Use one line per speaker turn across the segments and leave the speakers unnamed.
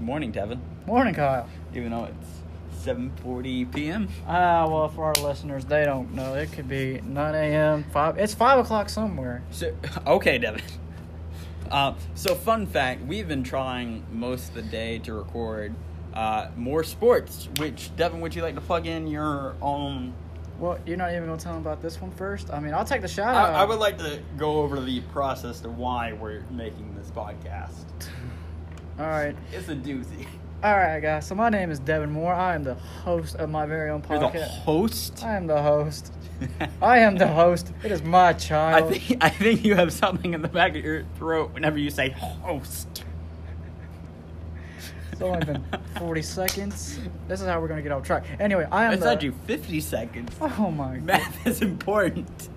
Morning, Tevin.
Morning, Kyle.
Even though it's 7:40 p.m.
Ah, well, for our listeners, they don't know. It could be 9 a.m., 5. It's 5 o'clock somewhere.
So, okay, Devin. Uh, so, fun fact: we've been trying most of the day to record uh, more sports. Which, Devin, would you like to plug in your own?
Well, you're not even going to tell them about this one first? I mean, I'll take the
I,
shot out.
I would like to go over the process to why we're making this podcast.
All right.
It's a doozy.
All right, guys. So, my name is Devin Moore. I am the host of my very own
You're the
podcast.
host.
I am the host. I am the host. It is my
I
child.
think I think you have something in the back of your throat whenever you say host.
It's only been 40 seconds. This is how we're going to get off track. Anyway, I am
It's
the.
actually 50 seconds.
Oh, my
Math is important.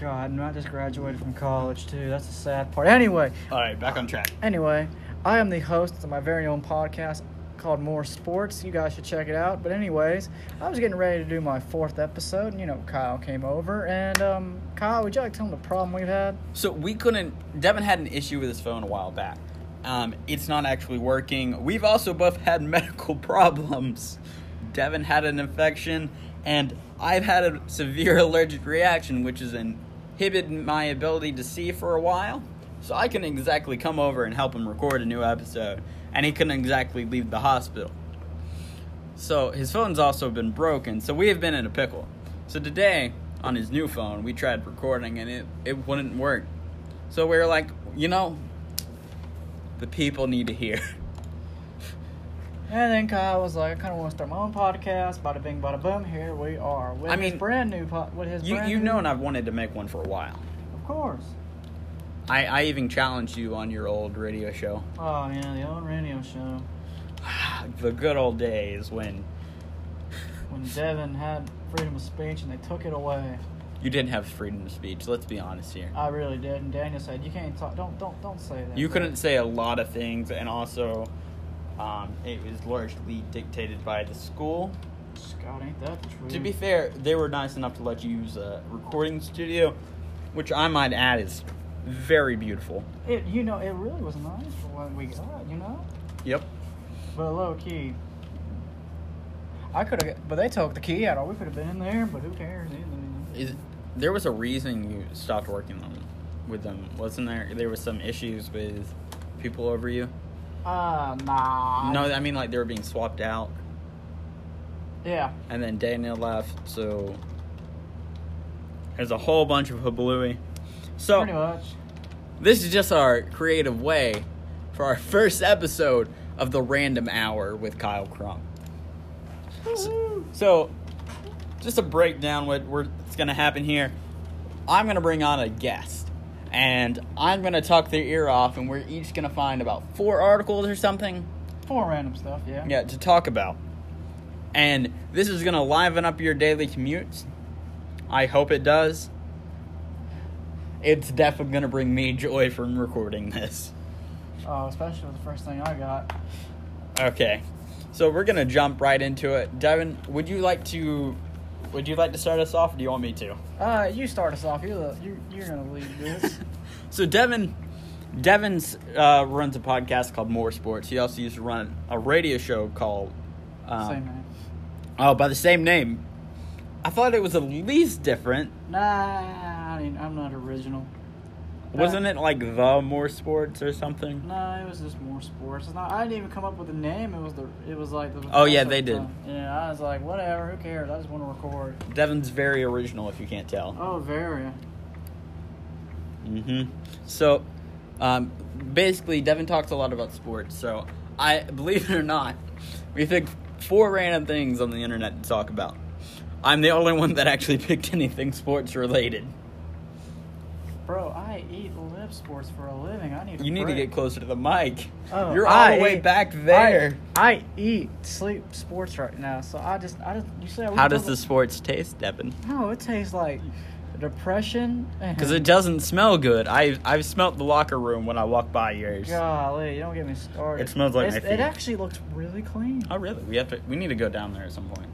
God. And I just graduated from college, too. That's the sad part. Anyway,
All right, back on track.
Anyway, I am the host of my very own podcast called More Sports. You guys should check it out. But anyways, I was getting ready to do my fourth episode, and you know Kyle came over. And um, Kyle, would you like to tell him the problem we've had?
So we couldn't. Devin had an issue with his phone a while back. Um, it's not actually working. We've also both had medical problems. Devin had an infection, and I've had a severe allergic reaction, which has inhibited my ability to see for a while. So I couldn't exactly come over and help him record a new episode, and he couldn't exactly leave the hospital. So his phone's also been broken, so we have been in a pickle. So today, on his new phone, we tried recording and it, it wouldn't work. So we were like, you know, the people need to hear.
And then Kyle was like, I kind of want to start my own podcast. Bada bing, bada boom. Here we are with
I
his
mean,
brand new po- with his
You
brand
you've
new-
known I've wanted to make one for a while.
of course.
I, I even challenged you on your old radio show.
Oh yeah, the old radio show
The good old days when
when Devin had freedom of speech and they took it away.
you didn't have freedom of speech, let's be honest here.
I really did. And Daniel said, "You can't talk. Don't don't don't say that."
You couldn't say a lot of things and also um, it was largely dictated by the school
Scott, ain't that the truth?
To be fair, they were nice enough to let you use a recording studio, which I might add is very beautiful.
It you know it really was nice for what we got, you know.
Yep.
But low key, I could have. But they took the key out, or we could have been in there. But who cares? Either.
Is, there was a reason you stopped working on, with them, wasn't there? There was some issues with people over you.
Uh, nah.
No, I mean like they were being swapped out,
Yeah.
and then Daniel left, so there's a whole bunch of hubalooey. So.
Pretty much.
This is just our creative way for our first episode of the Random Hour with Kyle Crump. So, so, just to break down what we're, what's going to happen here, I'm going to bring on a guest, and I'm going to tuck their ear off, and we're each going to find about four articles or something.
Four random stuff. Yeah.
Yeah, to talk about. And this is going to liven up your daily commutes. I hope it does. It's definitely going to bring me joy from recording this.
Oh, especially with the first thing I got.
Okay. So we're going to jump right into it. Devin, would you like to would you like to start us off or do you want me to?
Uh, you start us off. You're the, you you're gonna lead this.
so Devin, Devin's uh, runs a podcast called More Sports. He also used to run a radio show called um,
Same man.
Oh, by the same name. I thought it was at least different.
Uh, Nah, I mean, I'm not original.
Wasn't it like the More Sports or something?
No, it was just more sports. It's not, I didn't even come up with a name. It was the. It was like the.
Oh, yeah, they did.
Yeah, I was like, whatever. Who cares? I just want to record.
Devin's very original, if you can't tell.
Oh, very.
Mm-hmm. So, um, basically, Devin talks a lot about sports. So, I believe it or not, we picked four random things on the internet to talk about. I'm the only one that actually picked anything sports related.
Bro, I eat lip sports for a living. I need. a
You need to
break.
get closer to the mic.
Oh,
You're all
I
the way
eat-
back there.
I, I eat sleep sports right now, so I just I just you said. we
How does
talk-
the sports taste, Devin?
No, it tastes like depression.
Because it doesn't smell good. I I've smelt the locker room when I walk by yours.
Golly, you don't get me
It
started.
smells like
It's-
my feet.
It actually looks really clean.
Oh really? We have to. We need to go down there at some point.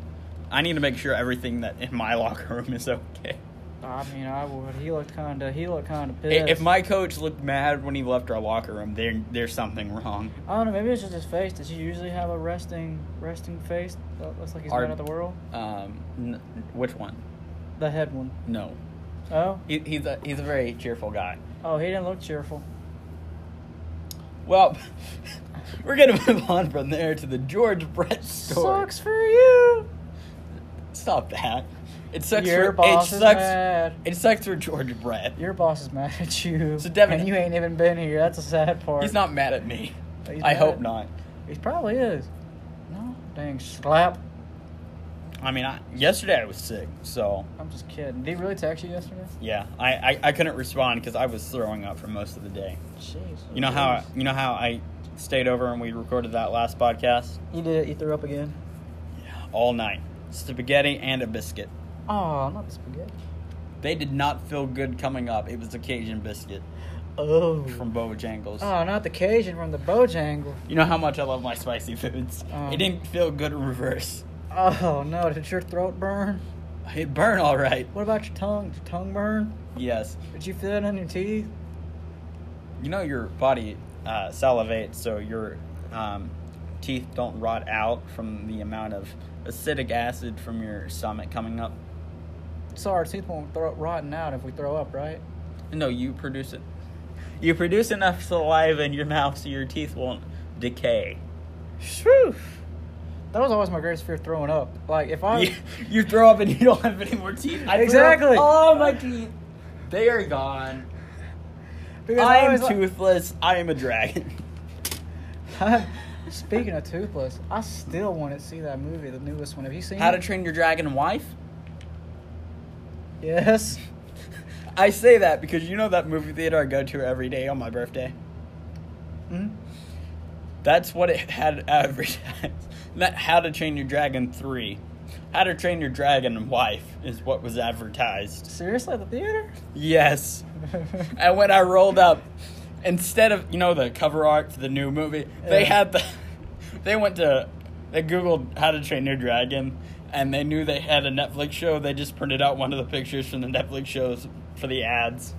I need to make sure everything that in my locker room is okay.
I mean, I would. He looked kind of. He looked kind of
I-
pissed.
If my coach looked mad when he left our locker room, there there's something wrong.
I don't know. Maybe it's just his face. Does he usually have a resting, resting face that looks like he's
Our-
mad at the world?
Um, n- which one?
The head one.
No,
Oh,
he, he's a he's a very cheerful guy.
oh, he didn't look cheerful.
Well, we're gonna move on from there to the George Brett story.
Sucks for you.
Stop that. It sucks.
Your
for,
boss
it
is
sucks.
mad.
It sucks for George Brett.
Your boss is mad at you.
So, Devin-
and you ain't even been here. That's a sad part.
He's not mad at me.
He's
I
mad.
hope not.
He probably is.
No.
Dang slap.
I mean, I, yesterday I was sick, so
I'm just kidding. Did he really text you yesterday?
yeah, I, I, I couldn't respond because I was throwing up for most of the day.
Jeez.
You know how I- you know how I stayed over and we recorded that last podcast
You did it. You threw up again.
all night, spaghetti and a biscuit.
Oh, not the spaghetti.
They did not feel good coming up. It was the Cajun biscuit
Oh.
from Bojangles.
Oh, not the Cajun from the Bojangle.
You know how much I love my spicy foods.
Um.
it didn't feel good in reverse.
Oh no, did your throat burn?
It burned all right.
What about your tongue? Did your tongue burn?
Yes.
Did you feel it on your teeth?
You know your body uh, salivates, so your um, teeth don't rot out from the amount of acidic acid from your stomach coming up.
So our teeth won't throw rotten out if we throw up, right?
No, you produce it. You produce enough saliva in your mouth so your teeth won't decay.
Shoo! That was always my greatest fear throwing up. Like if I
You, you throw up and you don't have any more teeth. I threw up
Exactly.
All my teeth. They are gone.
because
I am
always-
toothless. I am a dragon.
Speaking of toothless, I still want to see that movie, the newest one. Have you seen
How
it?
to Train Your Dragon Wife?
yes.
I say that because you know that movie theater I go to every day on my birthday.
Hmm?
That's what it had advertised. Not How to Train Your Dragon 3. How to Train Your Dragon Wife is what was advertised.
Seriously, at the theater?
Yes. And when I rolled up, instead of, you know, the cover art for the new movie, they
Yeah.
had the. They went to. They Googled How to Train Your Dragon, and they knew they had a Netflix show. They just printed out one of the pictures from the Netflix shows for the ads.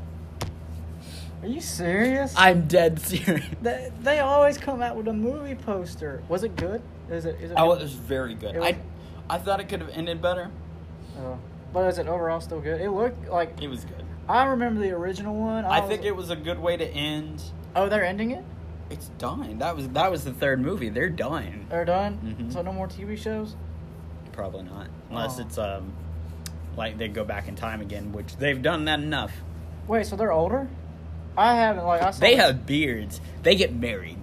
Are you serious?
I'm dead serious.
They, they always come out with a movie poster. Was it good? Is it? Is it?
I was, it was very good.
It
I,
was-
I thought it could have ended better.
Oh. but is it overall still good? It looked like
It was good.
I remember the original one.
I think it was a good way to end.
Oh, they're ending it.
It's done. That was that was the third movie. They're done.
They're done.
Mhm.
So no more TV shows.
Probably not, unless
Oh.
it's um, like they go back in time again, which they've done that enough.
Wait, so they're older? I haven't like I saw.
They have beards. They get married.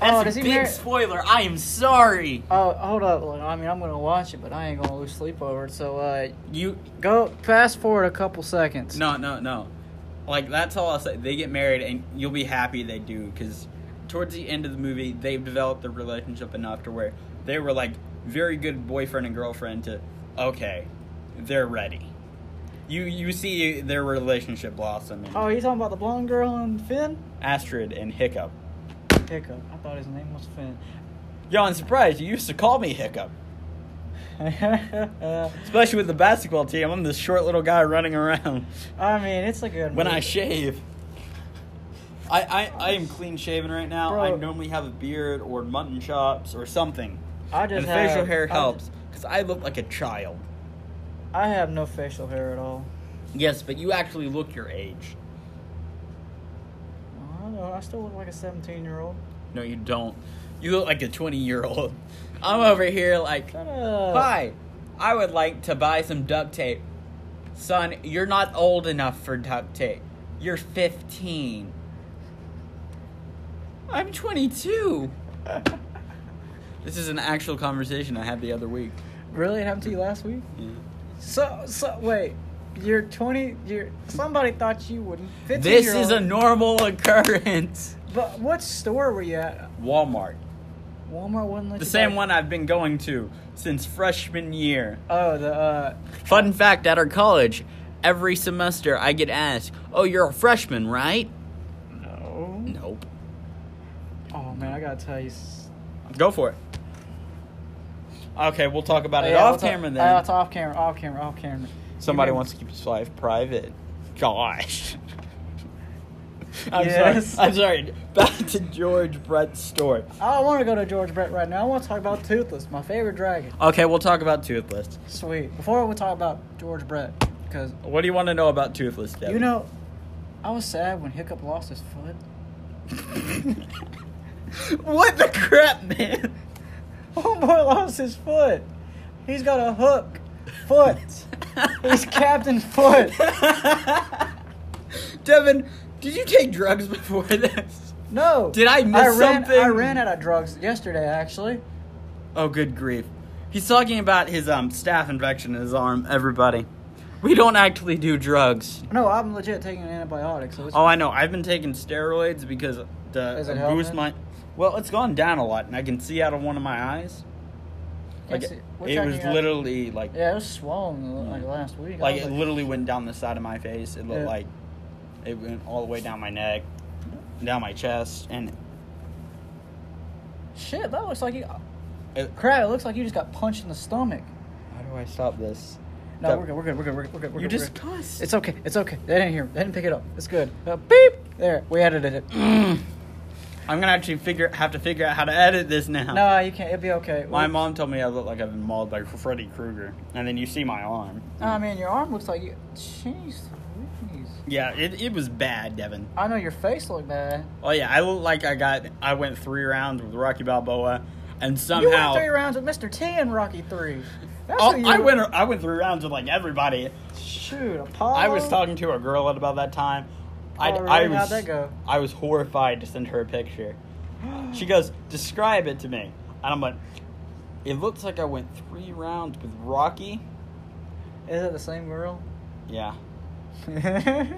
That's
Oh,
a
does he
big
marry-
spoiler. I am sorry.
Oh, hold up! Like, I mean, I'm gonna watch it, but I ain't gonna lose sleep over it. So, uh,
You
go fast forward a couple seconds.
no no no, like that's all I'll say. They get married, and you'll be happy they do because towards the end of the movie, they've developed their relationship enough to where they were like very good boyfriend and girlfriend to okay, they're ready. You you see their relationship blossom. And
Oh, you talking about the blonde girl and Finn?
Astrid and Hiccup.
Hiccup. I thought his name was Finn.
Yo, I'm surprised you used to call me Hiccup. Especially with the basketball team. I'm this short little guy running around.
I mean, it's a good.
When I
movie.
shave, I, I, I am clean shaven right now. I
Bro.
normally have a beard or mutton chops or something.
I
And
just
the
have,
facial hair
I-
helps because I look like a child.
I have no facial hair at all.
Yes, but you actually look your age.
I don't know. I still look like a 17 year old.
No, you don't. You look like a 20 year old. I'm over here like,
Shut up.
hi, I would like to buy some duct tape. Son, you're not old enough for duct tape. You're 15. I'm 22. This is an actual conversation I had the other week.
really? It happened to you last week?
Yeah.
So, so wait. You're 20. You're somebody thought you wouldn't. 15
This
year
is a
old.
normal occurrence.
But what store were you at?
Walmart.
Walmart wouldn't let
The
you
same
buy-
one I've been going to since freshman year.
Oh, the uh,
Fun fact at our college, every semester I get asked, Oh, you're a freshman, right?
no.
Nope.
Oh man, I gotta tell you. s-
Go for it. Okay, we'll talk about it
Yeah,
off
what's up?
camera
Oh,
then.
it's off camera. Off camera. Off camera.
Somebody
may-
wants to keep his life private. Gosh. I'm
Yes.
sorry. I'm sorry. Back to George Brett's story.
I don't want to go to George Brett right now. I want to talk about Toothless, my favorite dragon.
Okay, we'll talk about Toothless.
Sweet. Before we talk about George Brett, because
What do you want to know about Toothless, Devin?
you know, I was sad when Hiccup lost his foot.
what the crap, man?
Homeboy lost his foot. He's got a hook foot. He's Captain Foot.
Devin, did you take drugs before this?
No.
Did I miss
I ran,
something?
I ran out of drugs yesterday, actually.
Oh, good grief. He's talking about his um staph infection in his arm. Everybody, we don't actually do drugs.
No, I'm legit taking an antibiotic, so it's
Oh, I know. I've been taking steroids because the
Is it
boost
helping?
my. Well, it's gone down a lot, and I can see out of one of my eyes. Like
Can't see- which
it
eye
was
you got?
literally like
Yeah, it was swollen uh, like last week. I
like
was
it literally went down the side of my face. It looked
Yeah.
like it went all the way down my neck, down my chest, and
Shit, that looks like you.
it,
Crap, it looks like you just got punched in the stomach.
how do I stop this?
No,
That-
we're good. We're good. We're good. We're good. We're good.
You
we're
just
good.
cussed.
It's okay. It's okay. They didn't hear. They didn't pick it up. It's good. Uh, beep. There, we edited it.
I'm gonna actually figure have to figure out how to edit this now.
no, you can't. It'll be okay.
My
We-
mom told me I look like I've been mauled by Freddy Krueger, and then you see my arm.
I mean, your arm looks like you. Jeez. Louise.
Yeah, it, it was bad, Devin.
I know your face looked bad.
Oh yeah, I look like I got I went three rounds with Rocky Balboa, and
You went
somehow
three rounds with Mr. T and Rocky Three. That's
Oh,
who you
I went I went three rounds with like everybody.
Shoot, Apollo.
I was talking to a girl at about that time. I,
Oh, really?
I was
How'd that go?
I was horrified to send her a picture. She goes, "Describe it to me," and I'm like, "It looks like I went three rounds with Rocky."
Is it the same girl?
Yeah.
I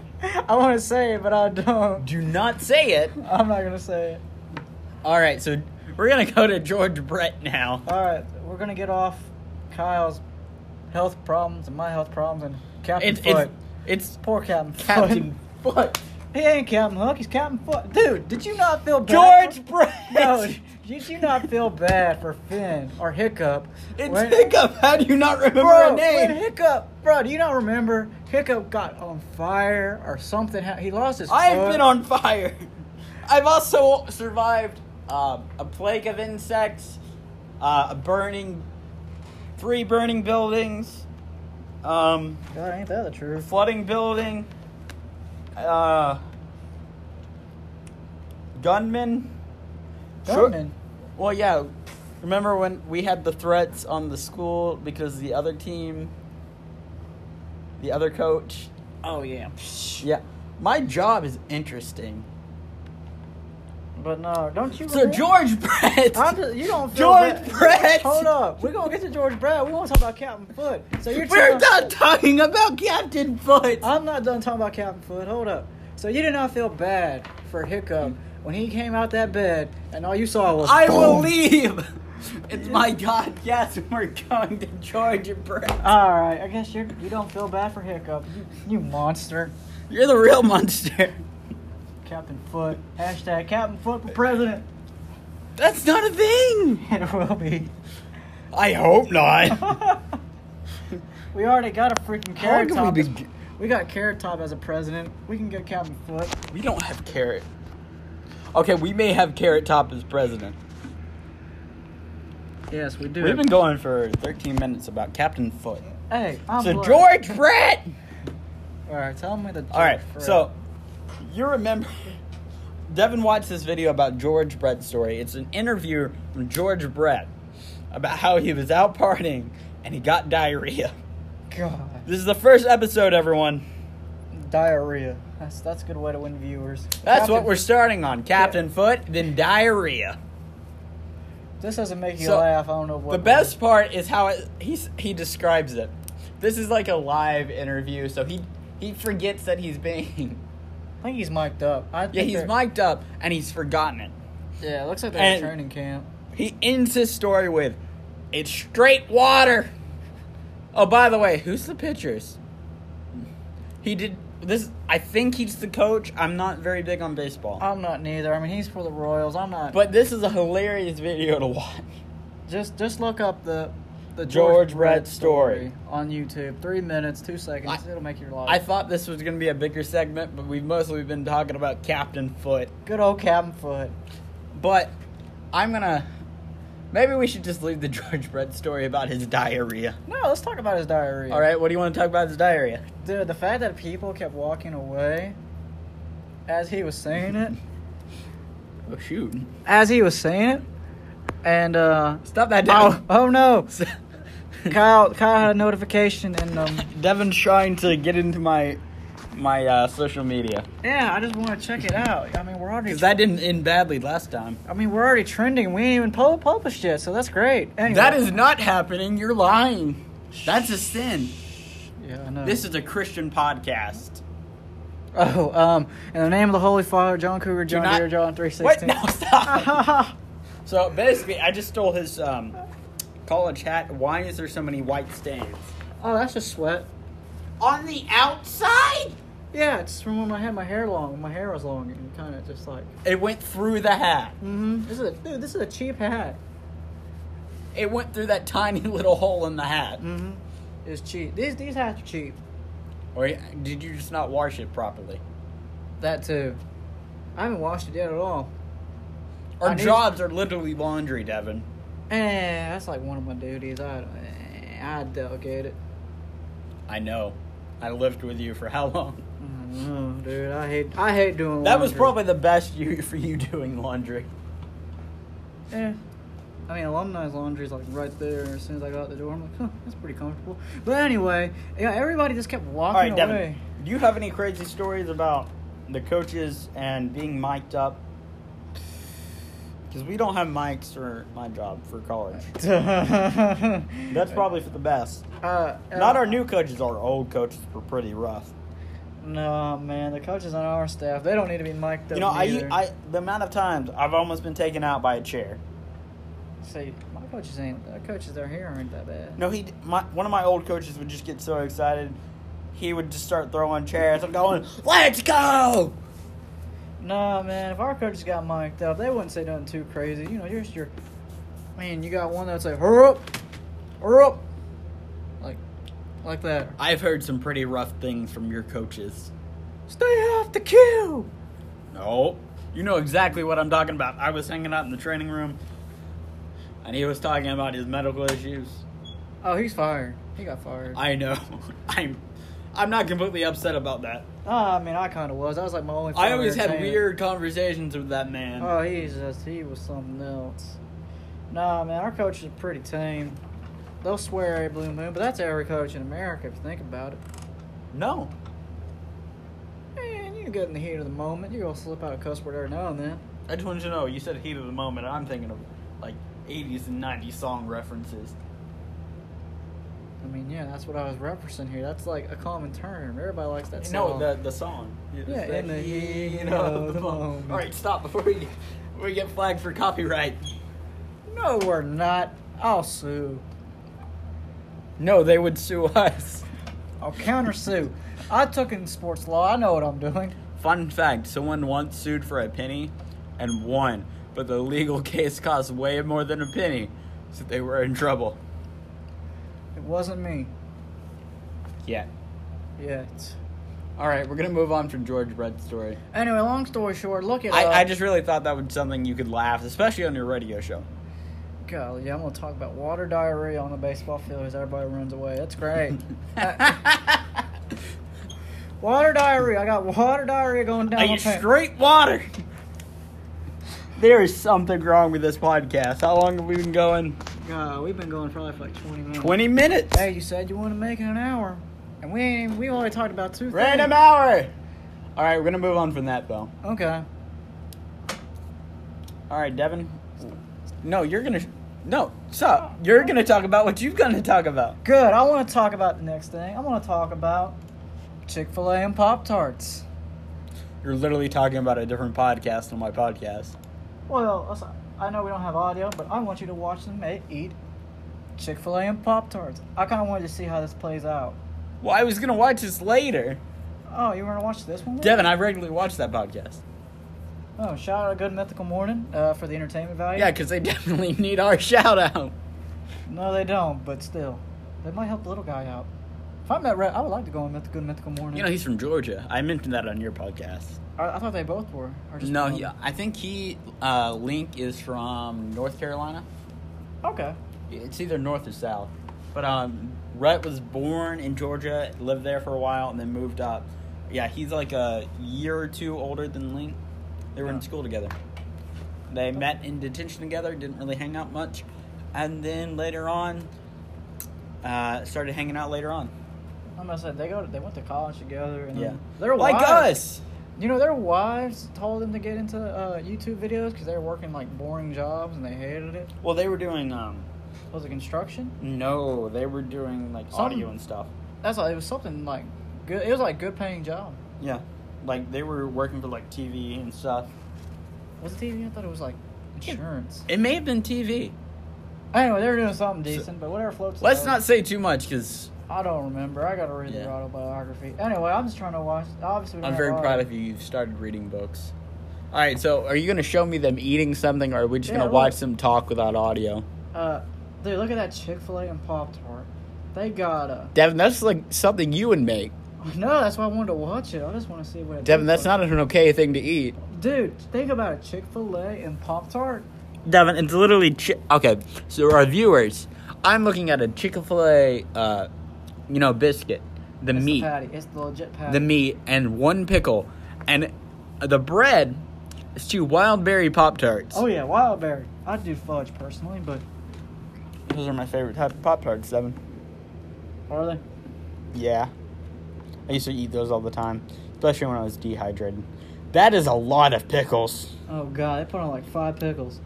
want to say it, but I don't.
Do not say it.
I'm not gonna say it.
All right, so we're gonna go to George Brett now.
All right, we're gonna get off Kyle's health problems and my health problems and Captain
It's
Foot.
it's it's
Poor Captain.
Captain Foot.
Foot. He ain't Captain Hook. He's Captain Foot. Dude, did you not feel bad?
George Brett.
No, did you not feel bad for Finn or Hiccup?
It's
when-
Hiccup. How do you not remember a
Bro,
name?
when Hiccup, bro, do you not remember Hiccup got on fire or something? ha- He lost his.
I have
foot.
been on fire. I've also survived um, a plague of insects, uh, a burning, three burning buildings, um,
God, ain't that the
a
truth?
flooding building, uh, gunmen. Sure-
Gunman.
Well, yeah. Remember when we had the threats on the school because the other team, the other coach,
Oh yeah.
yeah. My job is interesting.
But no, don't you?
So
remember-
George Brett.
I'm just, you don't feel
George
bad.
Brett!
Hold up, we're gonna get to George Brett. We want to talk about Captain Foot. So you're
We're
telling-
not talking about Captain Foot.
I'm not done talking about Captain Foot. Hold up. So you did not feel bad for Hiccup when he came out that bed and all you saw was
I
boom.
will leave. It's my God. Yes, we're going to George Brett.
All right, I guess you you don't feel bad for Hiccup. You, you monster,
You're the real monster.
Captain Foot. Hashtag Captain Foot for president.
That's not a thing.
It will be.
I hope not.
we already got a freaking
How
carrot
can we
top.
be-
as- we got carrot top as a president. We can get Captain Foot.
we don't have carrot. Okay, we may have Carrot Top as president.
Yes, we do.
We've been going for 13 minutes about Captain Foot.
hey, I'm
So
black.
George Brett.
All right, tell me the. joke
All right,
for-
so you remember Devin watched this video about George Brett's story. It's an interview from George Brett about how he was out partying and he got diarrhea.
God,
This is the first episode, everyone.
diarrhea. That's that's a good way to win viewers.
That's
Captain-
what we're starting on: Captain Foot, then diarrhea.
This doesn't make you
So,
laugh. I don't know what.
The best part is how it, he's, he describes it. This is like a live interview, so he he forgets that he's being
I think he's mic'd up. I think
yeah he's
they're-
mic'd up and he's forgotten it.
Yeah, it looks like they're in
And-
training camp.
He ends his story with, "It's straight water." Oh, by the way, who's the pitchers? He did this. I think he's the coach. I'm not very big on baseball,
I'm not neither. I mean, he's for the Royals. I'm not.
but this is a hilarious video to watch.
just just look up the the
George Brett story.
on YouTube. Three minutes, two seconds.
I-
It'll make your life.
I thought this was going to be a bigger segment, but we've mostly been talking about Captain Foot.
Good old Captain Foot.
But I'm going to. Maybe we should just leave the George Brett story about his diarrhea.
No, let's talk about his diarrhea.
All right, what do you want to talk about his diarrhea?
Dude, the fact that people kept walking away as he was saying it,
Oh, shoot.
as he was saying it, and uh,
Stop that
oh,
down.
oh no, Kyle, Kyle had a notification, and um,
Devin's trying to get into my my uh, social media.
yeah, I just want to check it out. I mean, we're already,
Because that didn't end badly last time.
I mean, we're already trending. We ain't even pub- published yet, so that's great. Anyway,
That is not happening. You're lying. That's a sin.
yeah, I know.
This is a Christian podcast.
oh, um, in the name of the Holy Father, John Cougar, John
not-
Deere, John three
Wait,
sixteen.
no, stop. so basically, I just stole his um, college hat. Why is there so many white stains?
oh, that's just sweat.
On the outside?
Yeah, it's from when I had my hair long. My hair was long, and kind of just like.
It went through the hat.
Mm-hmm. This is a dude. This is a cheap hat.
It went through that tiny little hole in the hat.
Mm-hmm. It's cheap. These these hats are cheap.
Or did you just not wash it properly?
That too. I haven't washed it yet at all.
Our
I need-
jobs are literally laundry, Devin.
Eh, that's like one of my duties. I eh, I delegate it.
I know. I lived with you for how long?
I don't know, dude. I hate I hate doing.
That was
laundry.
probably the best you for you doing laundry.
Eh. I mean, alumni's laundry's like right there. As soon as I got out the door, I'm like, huh, that's pretty comfortable. But anyway, yeah, everybody just kept
All
walking
right, Devin.
away.
Do you have any crazy stories about the coaches and being mic'd up? Because we don't have mics for my job for college. That's probably for the best.
uh,
Not
uh,
our new coaches. Our old coaches were pretty rough.
No, man, the coaches on our staff, they don't need to be mic'd up.
You know, I,
neither.
I the amount of times I've almost been taken out by a chair.
See, my coaches ain't. The coaches are here aren't that bad.
No, he my one of my old coaches would just get so excited, he would just start throwing chairs. I'm going, let's go.
No, man. If our coaches got mic'd up, they wouldn't say nothing too crazy. You know, you're just your. Man, you got one that's like, hurry up, hurry up, like, like that.
I've heard some pretty rough things from your coaches.
Stay off the queue.
No. You know exactly what I'm talking about. I was hanging out in the training room, and he was talking about his medical issues.
Oh, he's fired. He got fired.
I know. I'm, I'm not completely upset about that.
Ah, I mean, I kind of was. I was like my only.
I always had
entertainment.
weird conversations with that man.
Oh, he's just he was something else. Nah, man, our coaches are pretty tame. They'll swear every blue moon, but that's every coach in America if you think about it.
no.
Man, you get in the heat of the moment, you're gonna slip out a cuss word every now and then.
I just wanted to know. You said heat of the moment. and I'm thinking of like 80s and 90s song references.
I mean, yeah, that's what I was referencing here. That's like a common term. Everybody likes that
no,
song.
the the song.
Yeah, in the heat of the moment.
All right, stop before we get, before we get flagged for copyright.
no, we're not. I'll sue.
No, they would sue us.
I'll counter sue. I took it in sports law. I know what I'm doing.
Fun fact someone once sued for a penny and won, but the legal case cost way more than a penny, so they were in trouble.
It wasn't me
Yeah.
yet.
All right, we're going to move on from George Brett's story. Uh,
Anyway, long story short, look at.
I, I just really thought that would be something you could laugh, especially on your radio show.
Golly, I'm gonna talk about water diarrhea on the baseball field as everybody runs away. That's great. Uh, water diarrhea. I got water diarrhea going down
I
my
get
pants.
straight water. There is something wrong with this podcast. How long have we been going?
God, we've been going probably for like 20 minutes.
20 minutes.
Hey, you said you want to make it an hour, and we ain't, we only talked about two.
Random
things.
hour. All right, we're going to move on from that, though.
Okay.
All right, Devin. No, you're gonna. No, stop. You're gonna talk about what you're gonna talk about.
Good. I want to talk about the next thing. I want to talk about Chick Fil A and Pop Tarts.
You're literally talking about a different podcast on my podcast.
Well, us- I know we don't have audio, but I want you to watch them e- eat Chick Fil A and Pop Tarts. I kind of wanted to see how this plays out.
Well, I was gonna watch this later.
Oh, you were gonna watch this one?
Devin, I regularly watch that podcast.
Oh, shout out a good mythical morning uh, for the entertainment value.
Yeah, because they definitely need our shout out.
No, they don't. But still, they might help the little guy out. If I'm not right, I would like to go on Myth- Good Mythical Morning.
You know, he's from Georgia. I mentioned that on your podcast.
I, I thought they both were. Or just
No,
one of
he,
them.
I think he, uh, Link is from North Carolina.
Okay.
It's either north or south. But um, Rhett was born in Georgia, lived there for a while, and then moved up. Yeah, he's like a year or two older than Link. They were in
Yeah.
school together. They met in detention together, didn't really hang out much. And then later on, uh, started hanging out later on.
I'm gonna say they go. They went to college together. And
Yeah.
then Their
like
wives,
us!
You know, their wives told them to get into uh, YouTube videos because they were working like boring jobs and they hated it.
Well, they were doing, um,
Was it construction?
no, they were doing like
Some-
audio and stuff.
That's all. It was something like good. It was like good paying job.
Yeah. Like they were working for like TV and stuff.
Was it TV? I thought it was like insurance.
It may have been TV.
Anyway, they were doing something
So-
decent, but whatever floats. the
Let's
boat.
not say too much because
I don't remember. I gotta read
Yeah.
their autobiography. Anyway, I'm just trying to watch. Obviously,
I'm very proud of you. You've started reading books. All right, so are you going to show me them eating something or are we just
Yeah,
going to
look.
watch them talk without audio?
Uh, dude, look at that Chick Fil A and Pop Tart. They got a.
Devin, that's like something you would make.
No, that's why I wanted to watch it. I just want to see what. It
Devin, that's
tastes
not an okay thing to eat.
like. Dude, think about it. Chick Fil A and Pop Tart.
Devin, it's literally. Chi- okay, so our viewers, I'm looking at a Chick fil A, uh, you know, biscuit, the
It's
meat.
The patty. It's the legit patty.
the meat and one pickle and the bread is two wild berry pop tarts
Oh yeah, wild berry. I do fudge personally, but
those are my favorite type of pop tarts seven
are they?
yeah i used to eat those all the time especially when i was dehydrated that is a lot of pickles
Oh god, they put on like five pickles.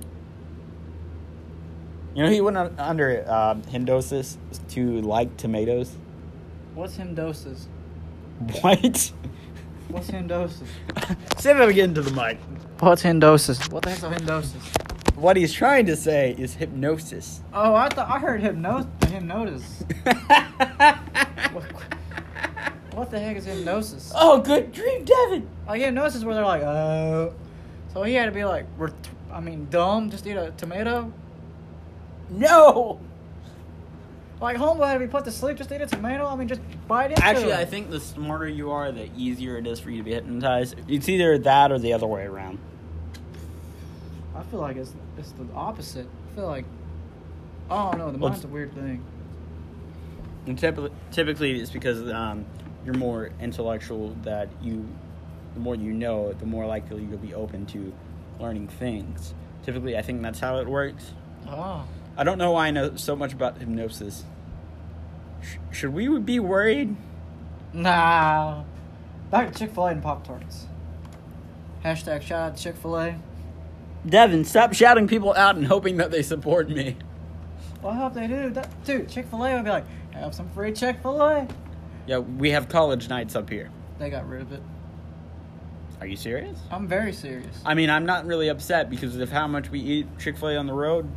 you know he went un- under um, hindosis to like tomatoes
What's hemdosis?
what
What's hemdosis?
say that again to the mic
What's hemdosis? What the heck's a hemdosis?
what he's trying to say is hypnosis
Oh, I thought I heard hypnosis. Hypnosis. What, what the heck is hypnosis?
oh good dream devin
Like hypnosis is where they're like, oh. So he had to be like, we're t- I mean, dumb. Just eat a tomato.
no
Like homeboy had to be put to sleep. Just eat a tomato. I mean, just bite into
Actually,
it.
I think the smarter you are, the easier it is for you to be hypnotized. It's either that or the other way around.
I feel like it's it's the opposite. I feel like, oh no, the
Well,
mind's a weird thing.
And typically, typically it's because um, you're more intellectual that you, the more you know, the more likely you'll be open to learning things. Typically, I think that's how it works.
Oh,
I don't know why I know so much about hypnosis. Sh- should we be worried?
nah. Back to Chick Fil A and Pop Tarts. Hashtag shout out to Chick Fil A.
Devin, stop shouting people out and hoping that they support me.
Well, I hope they do. That, dude, Chick Fil A would be like, have some free Chick Fil A.
Yeah, we have college nights up here.
They got rid of it.
Are you serious?
I'm very serious.
I mean, I'm not really upset because of how much we eat Chick Fil A on the road.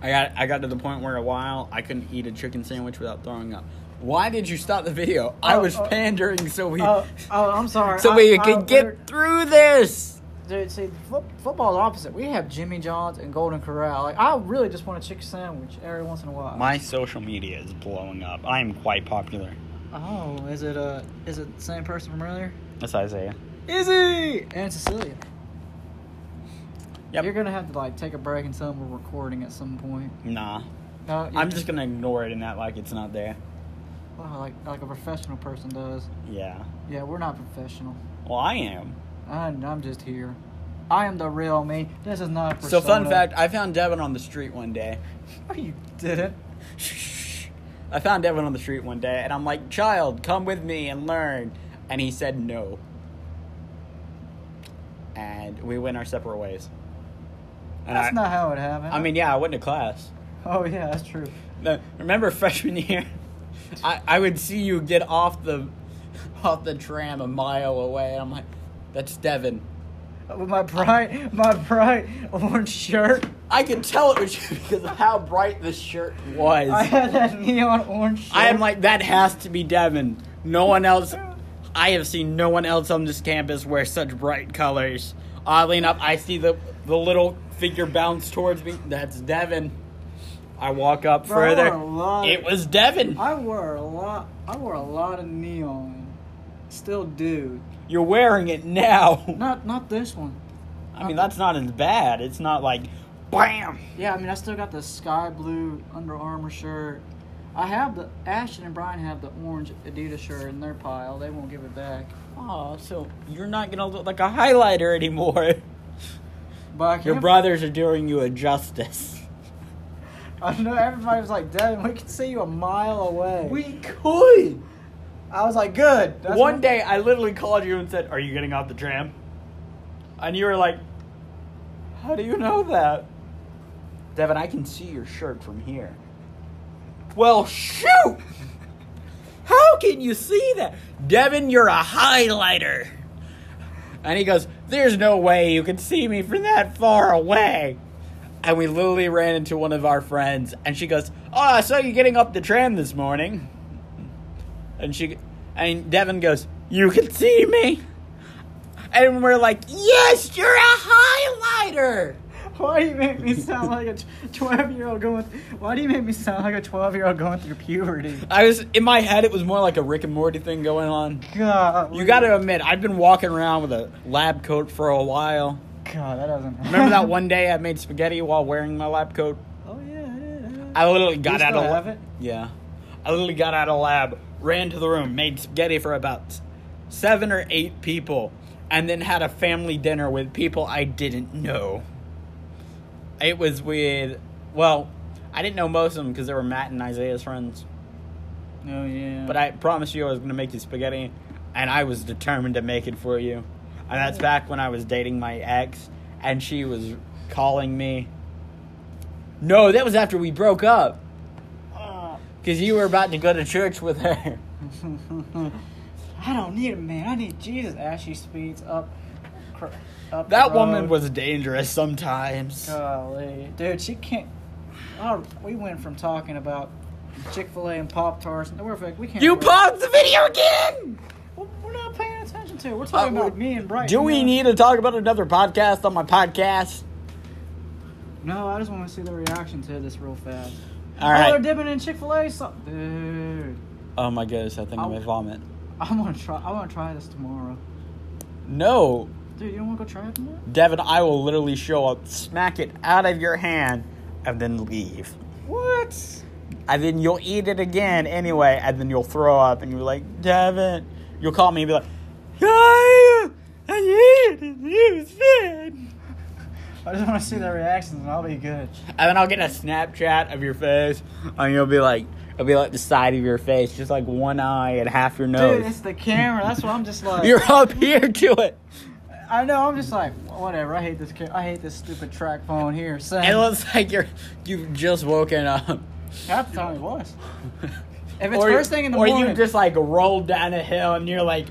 I got I got to the point where a while I couldn't eat a chicken sandwich without throwing up. Why did you stop the video? I
Oh,
was
oh.
pandering so we
Oh, oh, I'm sorry.
so
I-
we
I
could
liter-
get through this.
Dude, see, fo- football's opposite. We have Jimmy John's and Golden Corral. Like, I really just want a chicken sandwich every once in a while.
My social media is blowing up. I am quite popular.
oh, is it uh, is it the same person from earlier?
That's Isaiah.
Izzy and Cecilia.
Yep.
You're gonna have to like take a break and tell them we're recording at some point.
Nah,
No, you
I'm just gonna ignore it and act like it's not there.
Wow, like like a professional person does.
Yeah.
Yeah, we're not professional.
Well, I am.
I'm, I'm just here. I am the real me. This is not. A
So fun
persona.
fact: I found Devin on the street one day.
No, you didn't.
I found Devin on the street one day, and I'm like, "Child, come with me and learn." And he said no, and we went our separate ways. And
That's
I,
not how it happened.
I mean, yeah, I went to class.
Oh yeah, that's true.
No, Remember freshman year, I, I would see you get off the off the tram a mile away, and I'm like, "That's Devin."
With my bright, my bright orange shirt.
I could tell it was you because of how bright this shirt was.
I had that neon orange. Shirt.
I am like, that has to be Devin. No one else. I have seen no one else on this campus wear such bright colors. Oddly enough, I see the the little figure bounce towards me. That's Devin. I walk up
Bro, I
further.
wore a lot
It
of-
was Devin.
I wore a lot. I wore a lot of neon. Still do.
You're wearing it now.
Not not this one.
I mean, that's not as bad. It's not like, bam.
Yeah, I mean, I still got the sky blue Under Armour shirt. I have the Ashton and Brian have the orange Adidas shirt in their pile. They won't give it back.
Oh, so you're not gonna look like a highlighter anymore.
But I can't,
Your brothers are doing you a justice.
I know everybody was like, "Devin, we can see you a mile away."
could.
I was like, "Good." That's
One
what-
day, I literally called you and said, "Are you getting off the tram?" And you were like, "How do you know that?" Devin, I can see your shirt from here. Well, shoot! How can you see that? Devin, you're a highlighter. And he goes, There's no way you can see me from that far away. And we literally ran into one of our friends, and she goes, Oh, I saw you getting up the tram this morning. And she, and Devin goes, "You can see me," and we're like, "Yes, you're a highlighter."
Why do you make me sound like a twelve-year-old going? Why do you make me sound like a twelve-year-old going through puberty?
I was in my head; it was more like a Rick and Morty thing going on.
God,
You got to admit, I've been walking around with a lab coat for a while.
God, that doesn't.
Remember that one day I made spaghetti while wearing my lab coat?
Oh yeah, I did. I did.
I literally got
You
out
still
of
have it?
Yeah, I literally got out of lab, ran to the room, made spaghetti for about s- seven or eight people, and then had a family dinner with people I didn't know. It was with, well, I didn't know most of them because they were Matt and Isaiah's friends.
Oh yeah.
But I promised you I was gonna make you spaghetti, and I was determined to make it for you. And that's back when I was dating my ex, and she was calling me. No, that was after we broke up.
Ah.
Because you were about to go to church with her.
I don't need a man. I need Jesus. As she speeds up, cr- up.
That
the
woman
road.
was dangerous sometimes.
Oh. Golly, dude, she can't. Oh, we went from talking about Chick Fil A and Pop Tarts, and we're like, we can't.
You
we're-
paused the video again!
We're we're not paying attention to. it. We're talking
Uh,
about me and Bright.
Do we need to talk about another podcast on my podcast?
No, I just want to see the reaction to this real fast.
All
Oh, they're
right.
dipping in Chick Fil A. So- dude,
Oh my goodness, I think I may vomit.
I'm gonna try. I want to try this tomorrow.
No,
Dude, you don't want to go try it tomorrow?
Devin, I will literally show up, smack it out of your hand, and then leave.
What?
And then you'll eat it again anyway, and then you'll throw up, and you're like, Devin. You'll call me and be like, "Yeah, I ate it. It was good.
I just want to see their reactions, and I'll be good.
And then I'll get a Snapchat of your face, and you'll be like, it'll be like the side of your face, just like one eye and half your
Dude,
nose.
it's the camera. That's what I'm just like.
Oh. You're up here to it.
I know. I'm just like whatever. I hate this. Ca- I hate this stupid track phone here. So
It looks like you're you've just woken up.
half the time it was. If it's
Or-
first thing in the
or
morning,
you just like rolled down a hill and you're like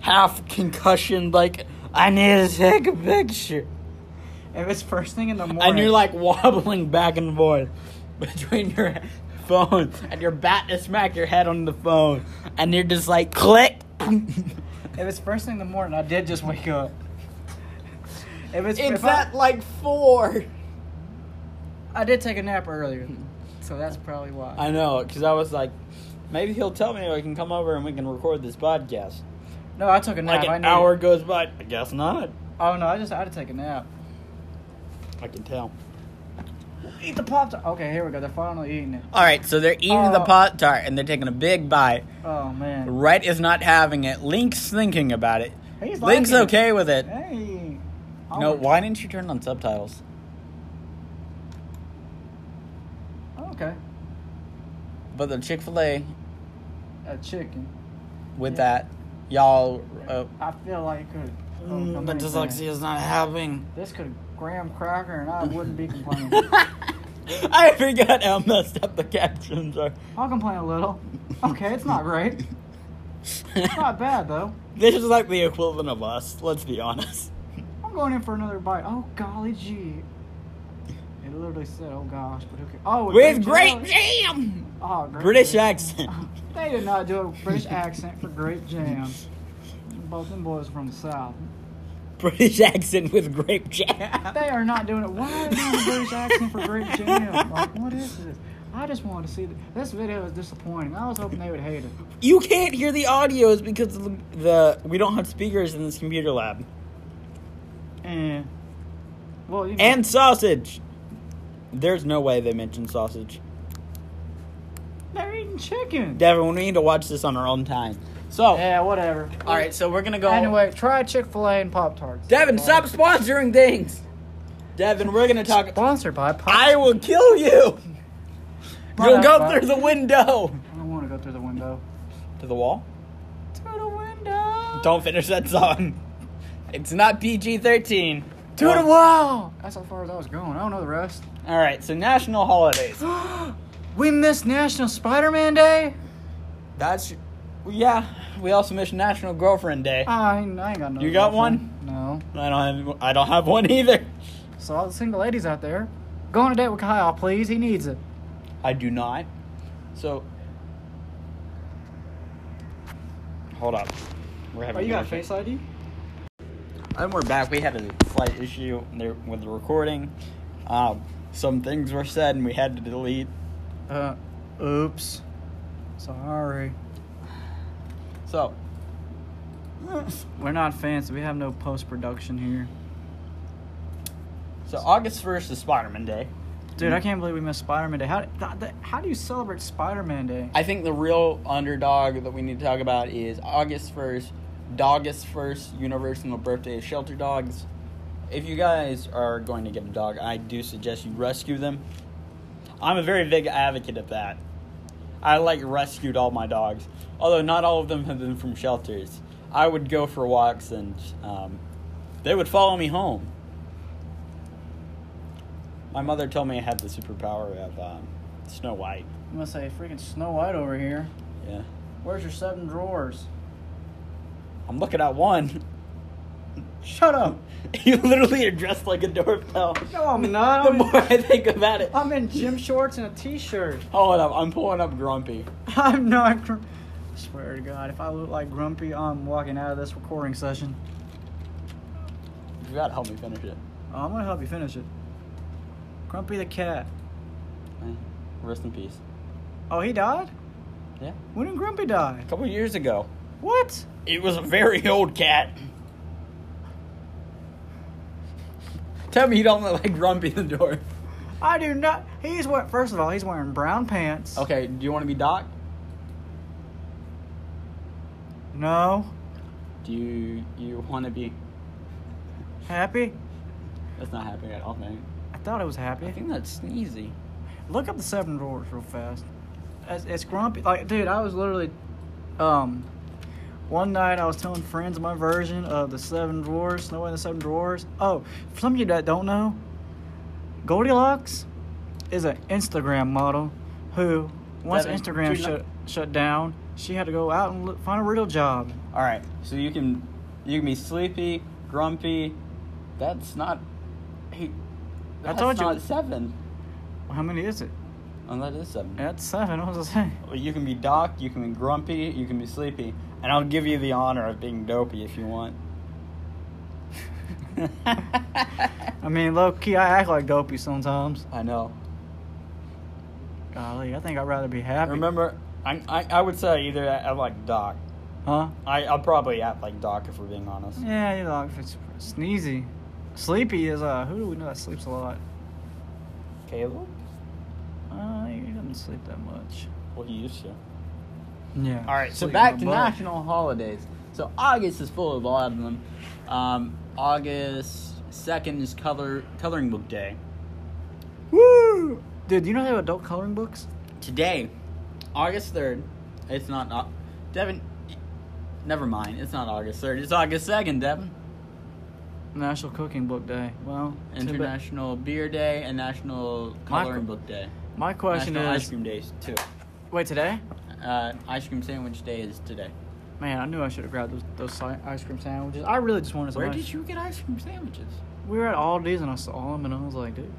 half concussion, like I need to take a picture,
if it's first thing in the morning,
and you're like wobbling back and forth between your phone and you're about to smack your head on the phone, and you're just like click.
if it's first thing in the morning, I did just wake up. If it's,
it's
if I-
at like four.
I, did take a nap earlier, so that's probably why.
I know, because I was like, maybe he'll tell me I can come over and we can record this podcast.
no, I took a nap.
Like
I
an
knew-
hour goes by. I guess not.
Oh no, I just I had to take a nap.
I can tell.
Eat the pop tart. Okay, here we go. They're finally eating it.
All right, so they're eating the
Oh.
pot tart and they're taking a big bite.
Oh man.
Wright is not having it. Link's thinking about it.
He's
Link's
liking it.
okay with it.
Hey. Oh,
No,
I'll-
why didn't you turn on subtitles?
Okay.
But the Chick Fil A
A chicken.
with
Yeah.
that, y'all. Uh,
I feel like it could. oh,
mm, the dyslexia is not having.
This could graham cracker, and I wouldn't be complaining.
I forgot how messed up the captions are.
I'll complain a little. Okay, it's not great. It's not bad though.
this is like the equivalent of us. Let's be honest.
I'm going in for another bite. Oh golly gee. It literally said, "Oh gosh," but who cares? Oh,
With great
jam.
jam,
Oh, great
British
jam.
accent.
They did not do a British accent for great jam. Both them boys are from the south.
British accent with grape jam.
They are not doing it. Why are they doing a British accent for great jam? Like, what is this? I just wanted to see th- this video is disappointing. I was hoping they would hate it.
You can't hear the audios because of the, the we don't have speakers in this computer lab.
And well, you know,
And sausage. There's no way they mentioned sausage.
they're eating chicken.
Devin, we need to watch this on our own time. So,
yeah, whatever.
all right, so we're gonna go.
Anyway, try Chick Fil A and Pop Tarts.
Devin, stop sponsoring things. Devin, we're gonna talk.
Sponsored by Pop.
I will kill you. You'll go
Ba-da-ba.
through the window.
I don't want to go through the window.
To the wall.
Through the window.
Don't finish that song. It's not PG thirteen.
To the wall. That's how far as I was going. I don't know the rest.
All right, so national holidays.
We missed National Spider-Man Day.
That's yeah. We also missed National Girlfriend Day.
I, I ain't got no.
You got
girlfriend. No.
I don't have. I don't have one either.
So all the single ladies out there, go on a date with Kyle, please. He needs it.
I do not. So, hold up. We're
Oh,
having. commercial-
ID?
And we're back. We had a slight issue there with the recording. Um, some things were said and we had to delete.
Uh, oops. Sorry.
So,
We're not fancy. We have no post production here.
so August first is Spider-Man Day.
Dude, I
Mm.
can't believe we missed Spider Man Day. How, th- th- how do you celebrate Spider Man Day?
I think the real underdog that we need to talk about is August 1st, August 1st, Universal Birthday of Shelter Dogs. If you guys are going to get a dog, I do suggest you rescue them. I'm a very big advocate of that. I like rescued all my dogs, although not all of them have been from shelters. I would go for walks and um, they would follow me home. My mother told me I had the superpower of um, Snow White.
I'm gonna say freaking Snow White over here.
Yeah.
Where's your seven drawers?
I'm looking at one.
Shut up.
you literally are dressed like a doorbell.
No, I'm not.
The
I'm in-
more I think about it.
I'm in gym shorts and a t shirt.
Hold up, I'm pulling up Grumpy.
I'm not. Gr- swear to God, if I look like Grumpy, I'm walking out of this recording session.
You gotta help me finish it.
Oh, I'm gonna help you finish it. Grumpy the cat.
Eh, Rest in peace.
Oh, he died?
Yeah.
When did Grumpy die?
A couple years ago.
What?
It was a very old cat. Tell me you don't look like Grumpy the door.
I do not. He's wearing. First of all, he's wearing brown pants.
Okay, do you want to be Doc?
No.
Do you you want to be?
Happy?
That's not happening at all. Think.
I thought it was happy.
I think that's sneezy.
Look up the seven drawers real fast. It's, it's grumpy. Like, dude, I was literally, um, one night I was telling friends my version of the seven drawers, Snow White and the Seven Drawers. Oh, for some of you that don't know, Goldilocks is an Instagram model who, once
That is
Instagram
true.
shut shut down, she had to go out and look, find a real job.
All right, so you can you can be sleepy, grumpy. That's not. Hey, that's
told you.
not seven.
How many is it?
Oh, that is seven.
That's seven. What was I saying?
Well, You can be doc, you can be grumpy, you can be sleepy, and I'll give you the honor of being dopey if you want.
I mean, low key, I act like dopey sometimes.
I know.
Golly, I think I'd rather be happy.
Remember, I I, I would say either I, I like doc.
Huh?
I I'll probably act like doc if we're being honest.
Yeah, you know, if it's sneezy. Sleepy is, uh, who do we know that sleeps a lot?
Caleb,
Uh, he doesn't sleep that much.
well he used to.
Yeah.
All right, so
sleep
back
in
to
the butt.
national holidays. So August is full of a lot of them. Um, August second is color coloring book day.
Woo! Dude, you know they have adult coloring books?
Today, August third. It's not. Au- Devin, never mind. It's not August third. It's August second. Devin.
National Cooking Book Day. Well, too bad.
International Beer Day and National Coloring Book Day.
My question
National
is,
Ice Cream Days too.
wait, today?
Uh, ice cream sandwich day is today.
Man, I knew I should have grabbed those, those si- ice cream sandwiches. I really just wanted some
Where
ice-
did you get ice cream sandwiches?
We were at Aldi's and I saw them and I was like, dude,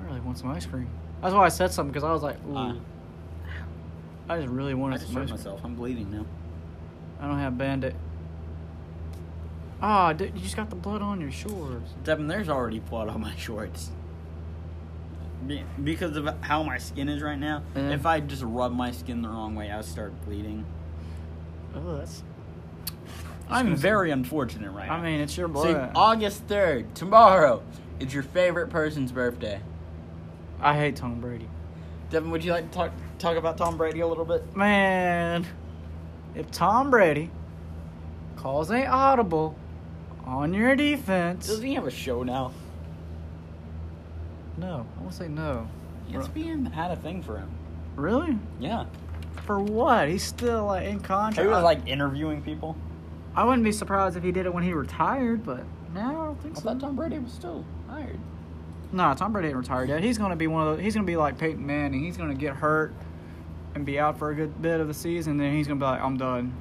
I really want some ice cream. That's why I said something because I was like, ooh,
Uh,
I just really wanted
I just
some ice
hurt
cream.
myself. I'm bleeding now.
I don't have bandit. Ah, dude, you just got the blood on your shorts.
Devin, there's already blood on my shorts. be- because of how my skin is right now.
Mhm.
If I just rub my skin the wrong way, I would start bleeding.
Oh, that's.
I'm
gonna say-
very unfortunate right
I
now.
mean, it's your
See,
blood.
August 3rd, tomorrow, it's your favorite person's birthday.
I hate Tom Brady.
Devin, would you like to talk talk about Tom Brady a little bit?
Man, if Tom Brady calls an audible on your defense,
Does he have a show now?
no, I won't say no.
ESPN had a thing for him.
Really?
Yeah,
For what? He's still like, in
he
contract.
was like interviewing people.
I wouldn't be surprised if he did it when he retired, but no, I don't think
I
so.
thought Tom Brady was still hired.
Nah, Tom Brady ain't retired yet. He's gonna be one of those. He's gonna be like Peyton Manning. He's gonna get hurt and be out for a good bit of the season. Then he's gonna be like, I'm done.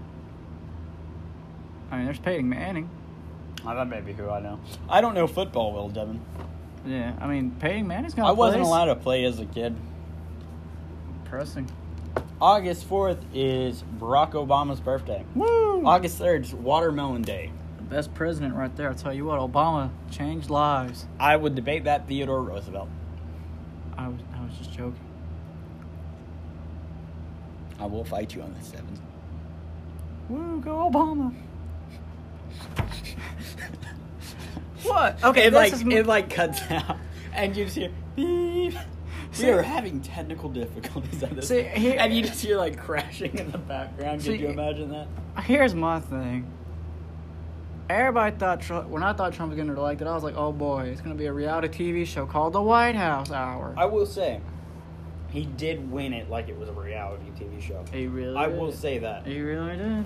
I mean, there's Peyton Manning.
Oh, that may be who I know. I don't know football well, Devin.
Yeah, I mean, Peyton Manning's gonna.
I wasn't
play.
allowed to play as a kid.
Pressing.
August 4th is Barack Obama's birthday.
Woo!
August 3rd is Watermelon Day.
The best president right there. I tell you what, Obama changed lives.
I would debate that Theodore Roosevelt.
I was, I was just joking.
I will fight you on the 7th.
Woo, go Obama. What? Okay,
it
this
like
is m-
it like cuts out, and you just hear beep. We are having technical difficulties on this,
See, he-
and you just hear like crashing in the background.
See,
Could you imagine that?
Here's my thing. Everybody thought Trump, when I thought Trump was getting elected, I was like, oh boy, it's going to be a reality TV show called The White House Hour.
I will say, he did win it like it was a reality TV show.
he really
I will
did.
say that.
He really did.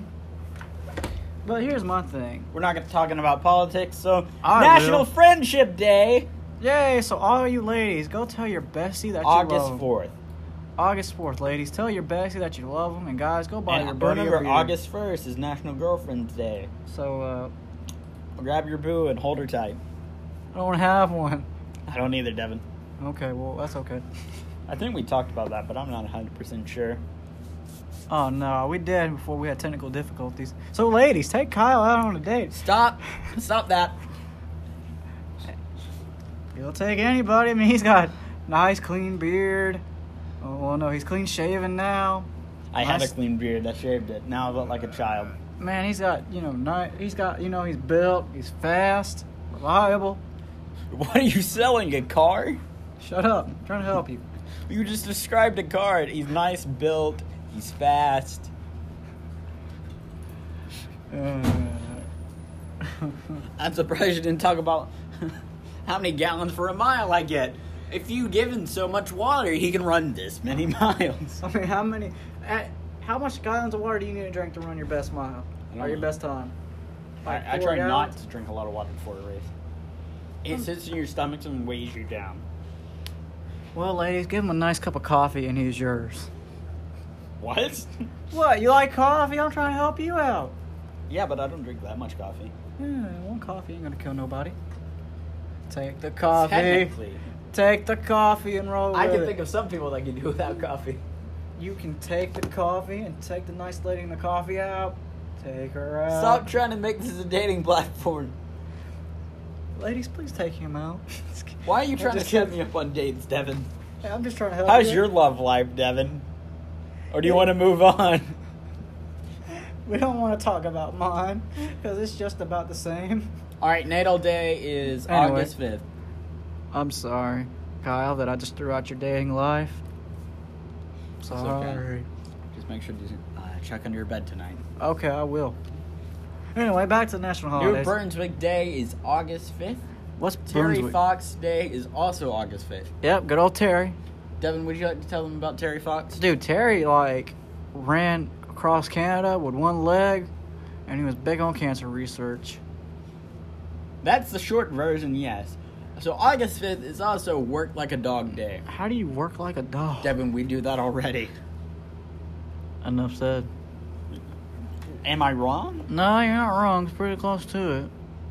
But here's my thing.
We're not gonna talking about politics, so
I
National
will.
Friendship Day,
Yay, so all you ladies, go tell your bestie that you
August
love 'em.
fourth.
August 4th, ladies. Tell your bestie that you love them, and guys, go buy
And
your buddy a
remember,
beer.
August first is National Girlfriend's Day.
So, uh,
Grab your boo and hold her tight.
I don't have one.
I don't either, Devin.
Okay, well, that's okay.
I think we talked about that, but I'm not 100% sure.
Oh, no, we did before we had technical difficulties. So, ladies, take Kyle out on a date.
Stop. Stop that.
He'll take anybody. I mean, he's got nice, clean beard. Oh, well, no, he's clean shaven now.
I had a
Nice.
clean beard. I shaved it. Now I look like a child.
Man, he's got, you know, ni- he's got, you know, he's built, he's fast, reliable.
What are you selling? A car?
Shut up. I'm trying to help you.
You just described a car. He's nice built. He's fast.
Uh,
I'm surprised you didn't talk about how many gallons for a mile I get. If you give him so much water, he can run this many miles.
I mean, how many? At, how much gallons of water do you need to drink to run your best mile
I don't
or your
know.
best time? Like
I, I
four
try not
gallons?
to drink a lot of water before a race. It
Hmm.
sits in your stomach and weighs you down.
Well, ladies, give him a nice cup of coffee, and he's yours.
What?
What? You like coffee? I'm trying to help you out.
yeah, but I don't drink that much coffee.
Yeah, one coffee ain't gonna kill nobody. Take the coffee.
Technically.
Take the coffee and roll.
I
with
can
it.
think of some people that can do without coffee.
You can take the coffee and take the nice lady in the coffee out. Take
Uh,
her out.
Stop trying to make this a dating platform.
ladies, please take him out. Just kidding.
Why are you
I'm
trying to
just
set
kidding.
me up on dates, Devin?
Hey, I'm just trying to help.
How's
you.
your love life, Devin? Or do you want to move on?
We don't want to talk about mine because it's just about the same.
All right, Natal Day is
Anyway.
August 5th.
I'm sorry, Kyle, that I just threw out your dating life. Sorry.
okay. Just make sure to uh, check under your bed tonight.
Okay, I will. Anyway, back to the national
New
holidays.
Brunswick Day is August 5th.
What's
Terry
Brunswick?
Fox Day is also August 5th.
Yep, good old Terry.
Devin, would you like to tell them about Terry Fox?
Dude, Terry like ran across Canada with one leg, and he was big on cancer research.
That's the short version, yes. So August 5th is also Work Like a Dog Day.
How do you work like a dog?
Devin, we do that already.
Enough said.
Am I wrong?
No, you're not wrong. It's pretty close to it.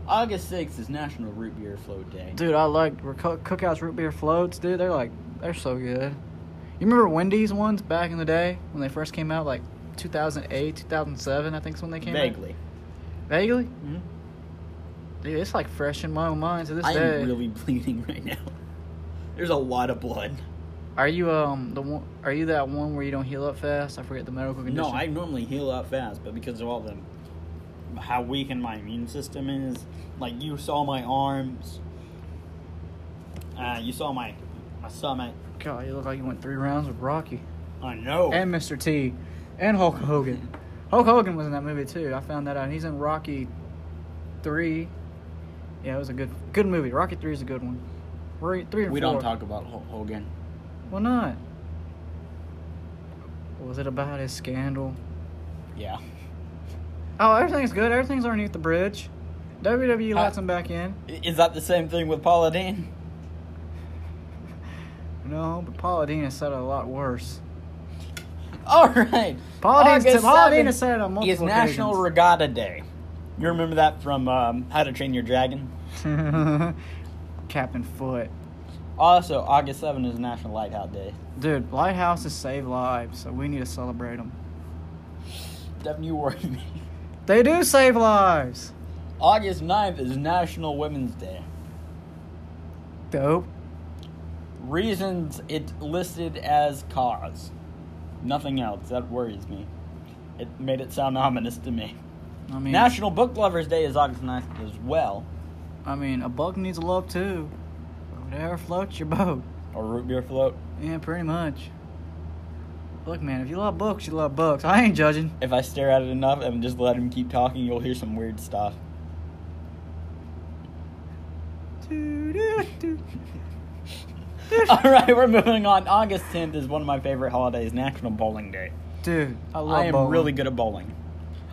August 6th is National Root Beer Float Day.
Dude, I like we're cook- cookouts root beer floats, dude. They're like they're so good. You remember Wendy's ones back in the day when they first came out, like 2008, 2007, I think is when they came out. Hmm?
Vaguely.
Vaguely.
Mhm.
Dude, it's like fresh in my own mind to this
I
day.
am really bleeding right now. There's a lot of blood.
Are you um the one? Are you that one where you don't heal up fast? I forget the medical condition.
No, I normally heal up fast, but because of all the how weakened my immune system is, like you saw my arms, uh, you saw my my stomach.
God, you look like you went three rounds with Rocky
I know.
and Mr. T, and Hulk Hogan. Hulk Hogan was in that movie too. I found that out. He's in Rocky three. Yeah, it was a good good movie. Rocky three is a good one. Three, three and
we
four.
don't talk about Hulk Hogan.
Why not? Was it about his scandal?
Yeah.
Oh, everything's good. Everything's underneath the bridge. WWE lets
Uh,
him back in.
I- Is that the same thing with Paula Dean?
No, but Paula Dean has said it a lot worse.
All right.
Paula Dean said-
August
Paula Dean has
7th
said it on multiple
is National
occasions.
Regatta Day. You remember that from um, How to Train Your Dragon?
Captain Foot.
Also, August 7th is National Lighthouse Day.
Dude, lighthouses save lives, so we need to celebrate them.
Devin, you worry me.
They do save lives.
August 9th is National Women's Day.
Dope.
Reasons it's listed as cause. Nothing else. That worries me. It made it sound ominous to me.
I mean,
National Book Lovers Day is August 9th as well.
I mean, a bug needs love too. Whatever floats your boat.
Or root beer float.
Yeah, pretty much. Look, man, if you love books, you love books. I ain't judging.
If I stare at it enough and just let him keep talking, you'll hear some weird stuff. All right, we're moving on. August 10th is one of my favorite holidays, National Bowling Day.
Dude, I love
I am
bowling.
really good at bowling.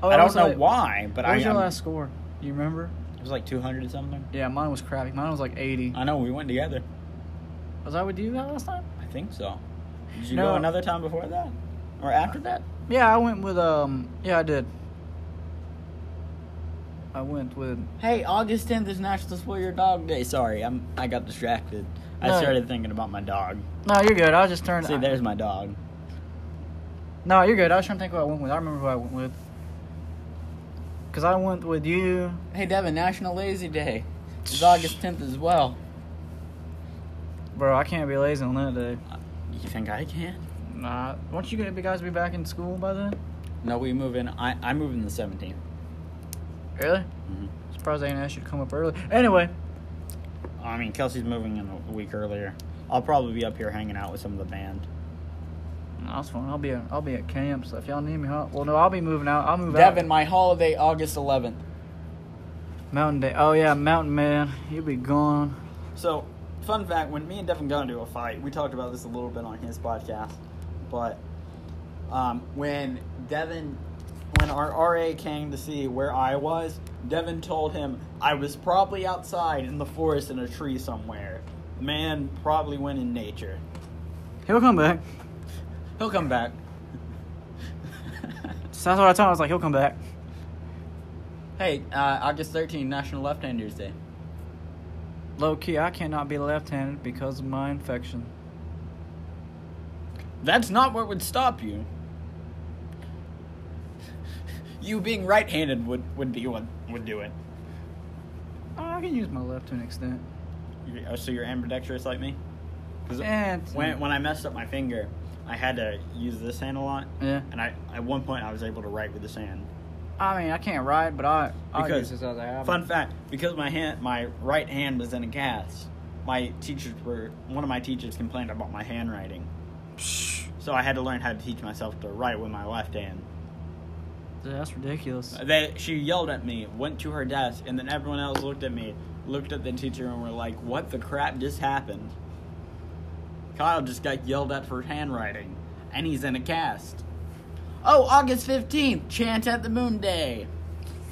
Oh,
I
what
don't
was
know
that-
why, but
what
I
was your
I'm-
last score? You remember?
It was like 200 or something.
Yeah, mine was crappy. Mine was like 80.
I know we went together.
Was I with you that last time?
I think so. Did you
No.
go another time before that, or after that?
Yeah, I went with um. Yeah, I did. I went with.
Hey, August 10th is National Spoil Your Dog Day. Sorry, I'm I got distracted.
No.
I started thinking about my dog.
No, you're good. I was just turned.
See, there's my dog.
No, you're good. I was trying to think who I went with. I remember who I went with. Cause I went with you.
Hey, Devin, National Lazy Day is August 10th as well.
Bro, I can't be lazy on that day.
You think I can?
Nah, won't you guys be back in school by then?
No, we move in. I I move in the 17th.
Really?
Mhm.
Surprised they didn't ask you to come up early. Anyway,
I mean, Kelsey's moving in a week earlier. I'll probably be up here hanging out with some of the band.
that's fine. I'll be at, I'll be at camp. So if y'all need me, huh? Well, no, I'll be moving out. I'll move
Devin,
out.
my holiday, August 11th.
Mountain Day. Oh yeah, Mountain Man. You'll be gone.
So, fun fact: when me and Devin got into a fight, we talked about this a little bit on his podcast. But um, when Devin, when our RA came to see where I was, Devin told him I was probably outside in the forest in a tree somewhere. Man probably went in nature.
He'll come back.
He'll come back.
So that's what I told him. I was like, he'll come back.
hey, uh, August 13th, National Left-Handers Day.
Low key, I cannot be left-handed because of my infection.
That's not what would stop you. You being right-handed would, would be what would do it.
Oh, I can use my left to an extent.
You- oh, So you're ambidextrous like me? 'Cause
And
when, when I messed up my finger, I had to use this hand a lot.
yeah,
And I at one point I was able to write with this hand.
I mean, I can't ride, but I I
Because-
use this other habit.
Fun fact, because my hand my right hand was in a cast, my teachers were one of my teachers complained about my handwriting. So I had to learn how to teach myself to write with my left hand.
Dude, that's ridiculous.
They, she yelled at me, went to her desk, and then everyone else looked at me, looked at the teacher, and were like, "What the crap just happened?" Kyle just got yelled at for handwriting, and he's in a cast. Oh, August fifteenth, chant at the moon day.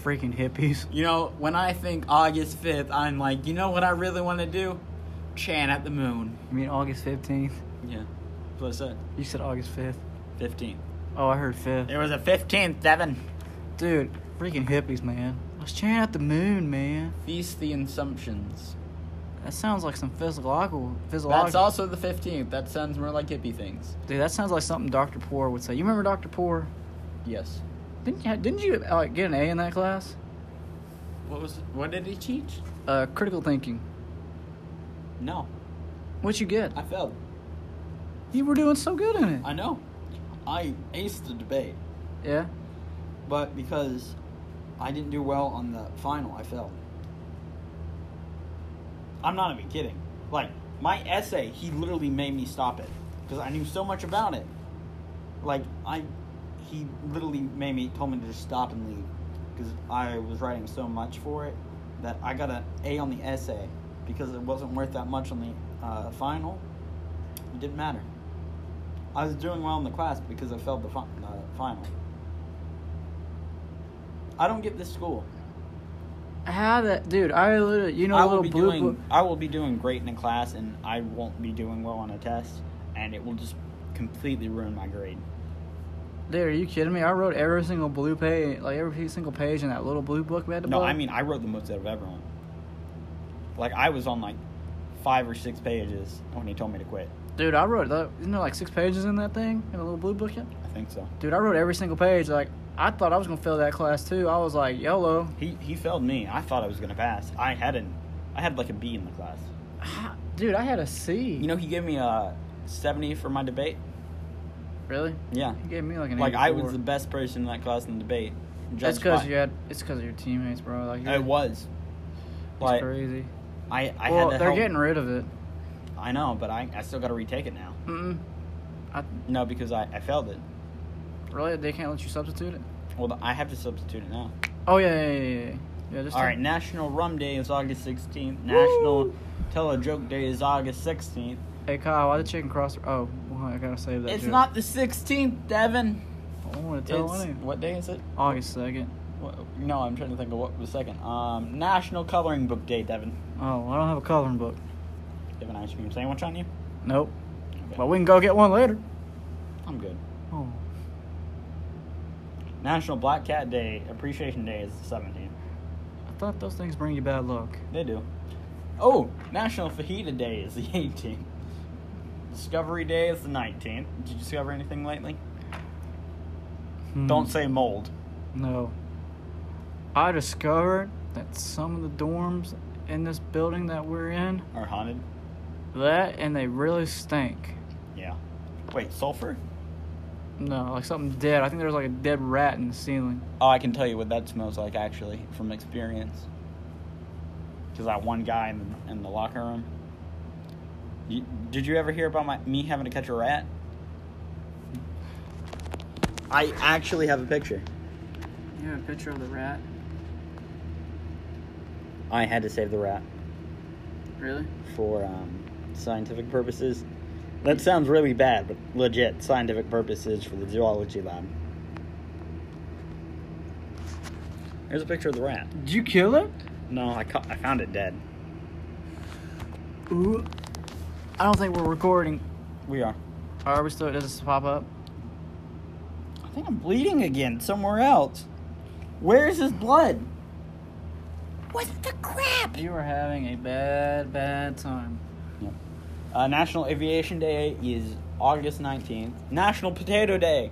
Freaking hippies.
You know, when I think August fifth, I'm like, you know what I really want to do? Chant at the moon.
I mean, August fifteenth.
Yeah. Plus that
You said August fifth.
fifteenth.
Oh, I heard fifth.
There was a fifteenth, Devin.
Dude, freaking hippies, man. Let's chant at the moon, man.
Feast the Assumptions.
That sounds like some physiological, physiological.
That's also the fifteenth. That sounds more like hippie things.
Dude, that sounds like something Dr. Poor would say. You remember Dr. Poor?
Yes.
Didn't you, didn't you like get an A in that class?
What was? What did he teach?
Uh, critical thinking.
No.
What you get?
I failed.
You were doing so good in it.
I know. I aced the debate,
yeah.
but because I didn't do well on the final, I failed. I'm not even kidding. Like, my essay, he literally made me stop it because I knew so much about it. Like, I. He literally made me, told me to just stop and leave because I was writing so much for it that I got an A on the essay because it wasn't worth that much on the uh, final. It didn't matter. I was doing well in the class because I failed the fi- uh, final. I don't get this school.
How that, dude? I literally, you know,
I
the
will
little
be
blue
doing.
book.
I will be doing great in a class, and I won't be doing well on a test, and it will just completely ruin my grade.
Dude, are you kidding me? I wrote every single blue page, like every single page in that little blue book. We had to
No,
buy.
I mean I wrote the most out of everyone. Like I was on like five or six pages when he told me to quit.
dude, I wrote. the- Isn't there like six pages in that thing in the little blue book? Yet?
I think so.
Dude, I wrote every single page. Like, I thought I was gonna fail that class too. I was like, YOLO.
He he failed me. I thought I was gonna pass. I hadn't. I had like a B in the class.
Dude, I had a C.
You know he gave me a seventy for my debate.
really?
Yeah.
He gave me like an.
Like I
84.
was the best person in that class in the debate.
That's
judged
because
by-
you had. It's because of your teammates, bro. Like,
It was.
it's
Like
crazy.
I, I
well,
had to
they're
help.
getting rid of it.
I know, but I, I still got to retake it now.
Mm. I
No, because I, I failed it.
really they can't let you substitute it.
Well, I have to substitute it now.
Oh yeah, yeah, yeah, yeah. yeah just
All
take-
right, National Rum Day is August 16th. National Tell a Joke Day is August 16th.
Hey Kyle, why the chicken cross? Oh, well, I gotta save that.
it's
joke.
not the 16th, Devin.
I want to tell
It's,
anyone.
what day is it?
August second.
What, no, I'm trying to think of what was second. Um, National Coloring Book Day, Devin.
Oh, I don't have a coloring book.
Do you have an ice cream sandwich on you?
Nope.
Okay.
But we can go get one later.
I'm good.
Oh.
National Black Cat Day, Appreciation Day is the 17th.
I thought those things bring you bad luck.
They do. Oh, National Fajita Day is the 18th. Discovery Day is the 19th. Did you discover anything lately?
Hmm.
Don't say mold.
No. I discovered that some of the dorms in this building that we're in,
Or haunted.
that and they really stink.
Yeah. Wait, sulfur?
No, like something dead. I think there's like a dead rat in the ceiling.
Oh, I can tell you what that smells like actually from experience. Because that one guy in the, in the locker room. You, did you ever hear about my me having to catch a rat? I actually have a picture.
You have a picture of the rat?
I had to save the rat.
Really?
for um, scientific purposes. That sounds really bad, but legit scientific purposes for the zoology lab. Here's a picture of the rat.
Did you kill it?
No, I, ca- I found it dead.
Ooh. I don't think we're recording.
We are.
Are we still? Does this pop up?
I think I'm bleeding again somewhere else. Where is his blood? What the crap?
You are having a bad, bad time.
Uh, National Aviation Day is August 19th. National Potato Day,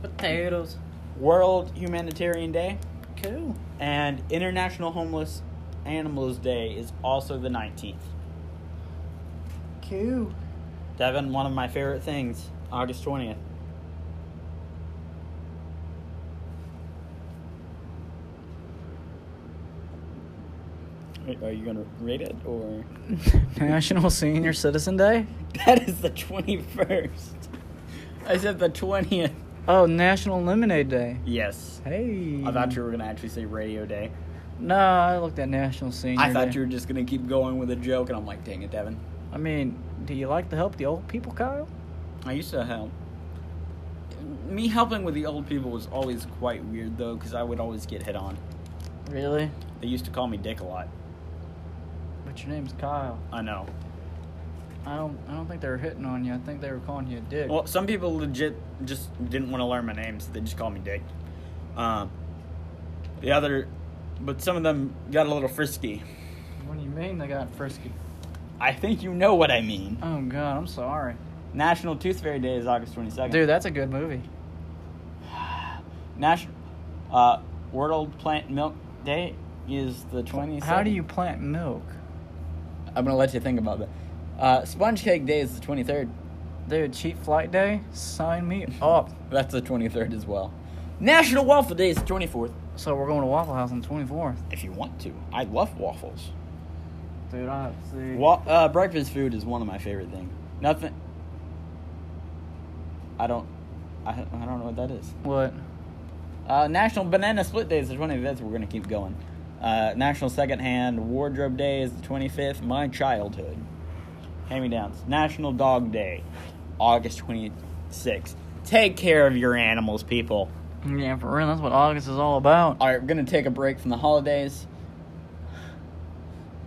Potatoes.
World Humanitarian Day,
Cool.
And International Homeless Animals Day is also the 19th.
Cool.
Devin, one of my favorite things, August 20th. Wait, Are you going to read it or?
National Senior Citizen Day.
That is the 21st. I said the 20th.
Oh, National Lemonade Day.
Yes.
Hey.
I thought you were going to actually say Radio Day.
No, I looked at National Senior.
I thought
Day.
you were just going to keep going with a joke, and I'm like, dang it, Devin.
I mean, do you like to help the old people, Kyle?
I used to help. Me helping with the old people was always quite weird though, because I would always get hit on.
Really?
They used to call me Dick a lot.
But your name's Kyle.
I know.
I don't. I don't think they were hitting on you. I think they were calling you a dick.
Well, some people legit just didn't want to learn my name, so they just called me Dick. Um, the other, but some of them got a little frisky.
what do you mean they got frisky?
I think you know what I mean.
Oh God, I'm sorry.
National Tooth Fairy Day is August twenty second.
Dude, that's a good movie.
National uh, World Plant Milk Day is the twenty second.
How do you plant milk?
I'm gonna let you think about that. Uh, Sponge Cake Day is the 23rd.
Dude, cheap flight day? Sign me up.
That's the 23rd as well. National Waffle Day is the 24th.
So we're going to Waffle House on the 24th.
If you want to. I love waffles.
Dude, I have to see.
Wa- uh, breakfast food is one of my favorite things. Nothing. I don't. I, I don't know what that is.
What?
Uh, National Banana Split Day is the 25th. We're going to keep going. Uh, National Secondhand Wardrobe Day is the 25th. My childhood. Hand me downs. National Dog Day, August 26th. Take care of your animals, people.
Yeah, for real, that's what August is all about.
All right, we're going to take a break from the holidays.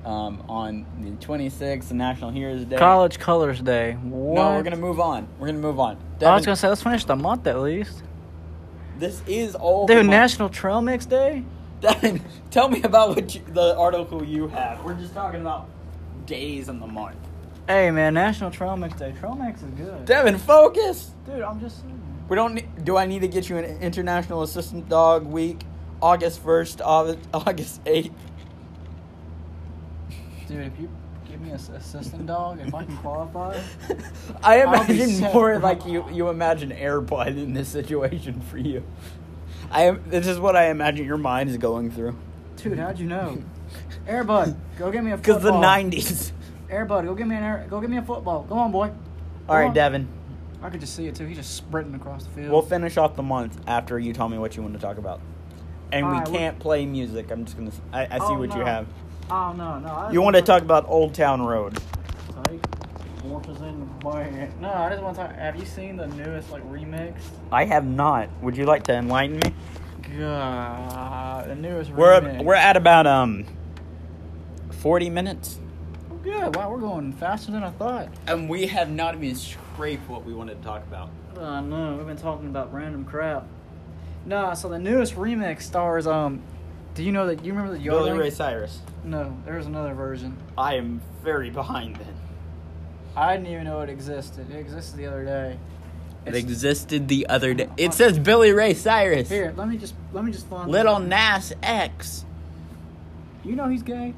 Um, on the 26th, the National Heroes Day.
College Colors Day. What?
No, we're going to move on. We're going to move on.
I was
Devin,
gonna say let's finish the month at least.
this is all.
Dude,
my-
National Trail Mix Day.
Devin, tell me about what you, the article you have. We're just talking about days in the month.
Hey man, National Trail Mix Day. Trail Mix is good.
Devin, focus.
Dude, I'm just. saying.
We don't. ne- Do I need to get you an international assistant dog week? August first, August August eighth.
Dude, if you give me a s- assistant dog, if I can qualify.
I
I'll be
imagine
set,
more
bro.
like you. You imagine Airbud in this situation for you. I am. This is what I imagine your mind is going through.
Dude, how'd you know? Airbud, go get me a football.
Because the nineties.
Airbud, go get me an air. Go get me a football. Go on, boy.
All right,
on.
Devin.
I could just see it too. He's just sprinting across the field.
We'll finish off the month after you tell me what you want to talk about. And
All
we
right, we're-
can't play music. I'm just gonna. s- I, I see
Oh,
what you
no.
have.
oh no, no. I
You want to talk about Old Town Road?
Like, horses in the way. No, I just want to talk. Have you seen the newest like remix?
I have not. Would you like to enlighten me?
God, the newest
We're
remix.
we're at about um forty minutes,
Oh, good. Wow, we're going faster than I thought.
and we have not even scraped what we wanted to talk about.
I know. We've been talking about random crap. Nah, so the newest remix stars um. Do you know that? You remember the
Billy
Yodeling?
Ray Cyrus.
No, there's another version.
I am very behind then.
I didn't even know it existed. It existed the other day.
It
It's-
existed the other day. It says Billy Ray Cyrus,
Here, let me just let me just find
Little Nas X.
You know he's gay.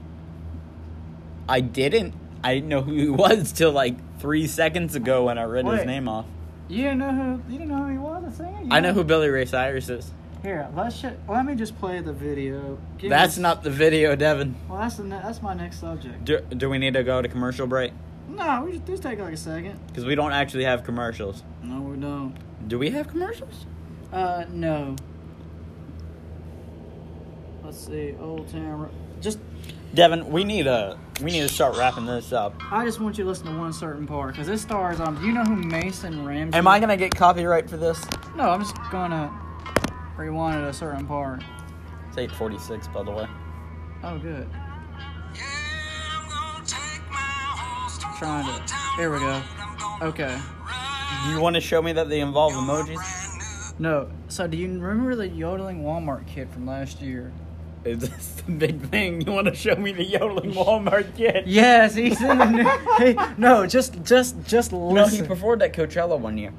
I didn't. I didn't know who he was till like three seconds ago when I read his
Wait.
name off.
You didn't know who you didn't know who he was. a singer? You
I know who Billy Ray Cyrus is.
Here, let's sh- let me just play the video. Give
That's
us-
not the video, Devin.
Well, that's the ne- that's my next subject.
Do, do we need to go to commercial break?
No, we just just take like a second.
Because we don't actually have commercials.
No, we don't.
Do we have commercials?
Uh, no. Let's see, Old Town. Ro- Just
Devin, we need a we need to start wrapping this up.
I just want you to listen to one certain part because it stars um. Do you know who Mason Ramsey?
Am I gonna get copyright for this?
No, I'm just gonna rewind at a certain part.
It's eight forty six, by the way.
Oh, good.
Yeah, I'm gonna take my horse to
Trying
Old
to.
Town
Here we go.
Road. I'm gonna
Okay.
ride
Do you want to show me that they involve emojis?
brand new.
No. So, do you remember the yodeling Walmart kid from last year?
Is this the big thing? You want to show me the yodeling Walmart kid?
Yes, he's in the new. hey, no, just, just, just
No, he
listen.
performed at Coachella one year.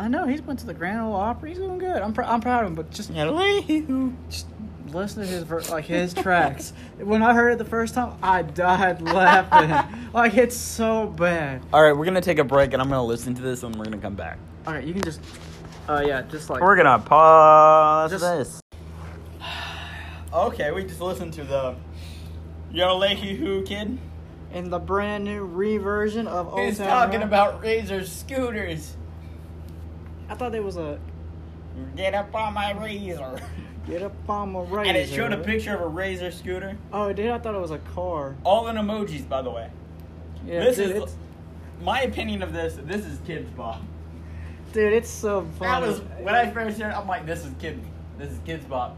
I know he's went to the Grand Ole Opry. He's doing good. I'm, pr- I'm proud of him. But just,
Hello.
just listen to his ver- like his tracks. when I heard it the first time, I died laughing. like it's so bad.
All right, we're gonna take a break, and I'm gonna listen to this, and we're gonna come back.
Okay, you can just. Oh yeah, just like.
We're gonna pause
Just-
this. Okay, we just listened to the Yo Lakey Who Kid.
in the brand new reversion of Old
He's
Town
talking
Road.
about razor scooters.
I thought there was a
Get up on my razor.
get up on my razor.
And it showed a picture of a razor scooter.
Oh, dude, I thought it was a car.
All in emojis, by the way.
Yeah,
this
dude,
is
it's,
my opinion of this. This is kids' bop.
dude, it's so
That
funny.
was when I first heard. it, I'm like, this is kids. This is kids' bop.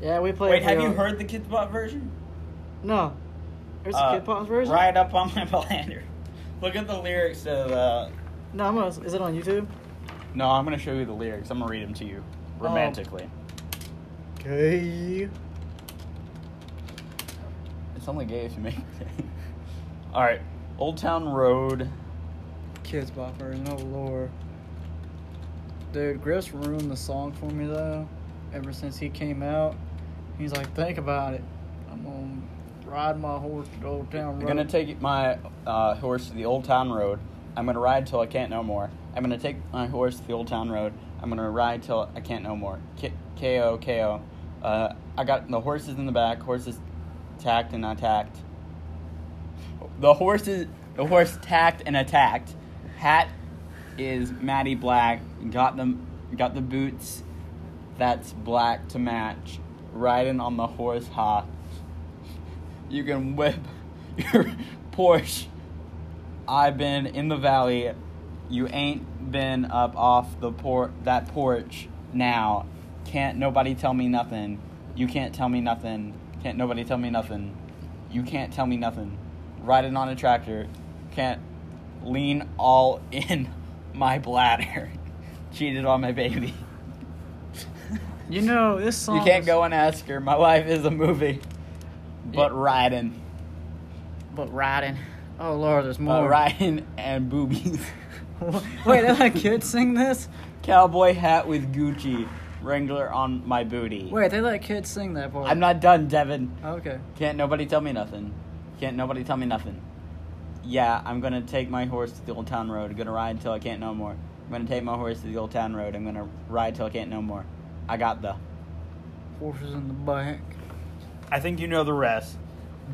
yeah, we played.
Wait, have
the,
you
uh,
heard the kids' bop version?
No. There's
Uh,
a Kid Pop's version.
Right up on my planner. Look at the lyrics of. Uh,
No, I'm gonna. Is it on YouTube?
no, I'm gonna show you the lyrics. I'm gonna read them to you romantically.
Okay.
It's only gay if you make it. All right, Old Town Road.
Kids Pop version. Oh lord. Dude, Griff's ruined the song for me though. Ever since he came out, he's like, think about it. I'm on ride my horse to Old Town Road.
I'm gonna take my uh, horse to the Old Town Road. I'm gonna ride till I can't no more. I'm gonna take my horse to the Old Town Road. I'm gonna ride till I can't no more. K K O K O. Uh, I got the horses in the back. Horses tacked and attacked. The horses, the horse tacked and attacked. Hat is Matty Black. Got them. Got the boots. That's black to match. Riding on the horse hop you can whip your Porsche. I've been in the valley. You ain't been up off the por- that porch now. Can't nobody tell me nothing. You can't tell me nothing. Can't nobody tell me nothing. You can't tell me nothing. Riding on a tractor. Can't lean all in my bladder. Cheated on my baby.
You know this song.
You can't
is-
go and ask her. My life is a movie. But riding.
But riding. Oh Lord, there's
Uh,
more.
Ryan and boobies.
Wait, did that kid sing this?
Cowboy hat with Gucci. Wrangler on my booty.
Wait, they let kids sing that part.
I'm not done, Devin.
Okay.
Can't nobody tell me nothing. Can't nobody tell me nothing. Yeah, I'm gonna take my horse to the old town road. Gonna ride till I can't no more. I'm gonna take my horse to the old town road. I'm gonna ride till I can't no more. I got the.
Horses in the back.
I think you know the rest.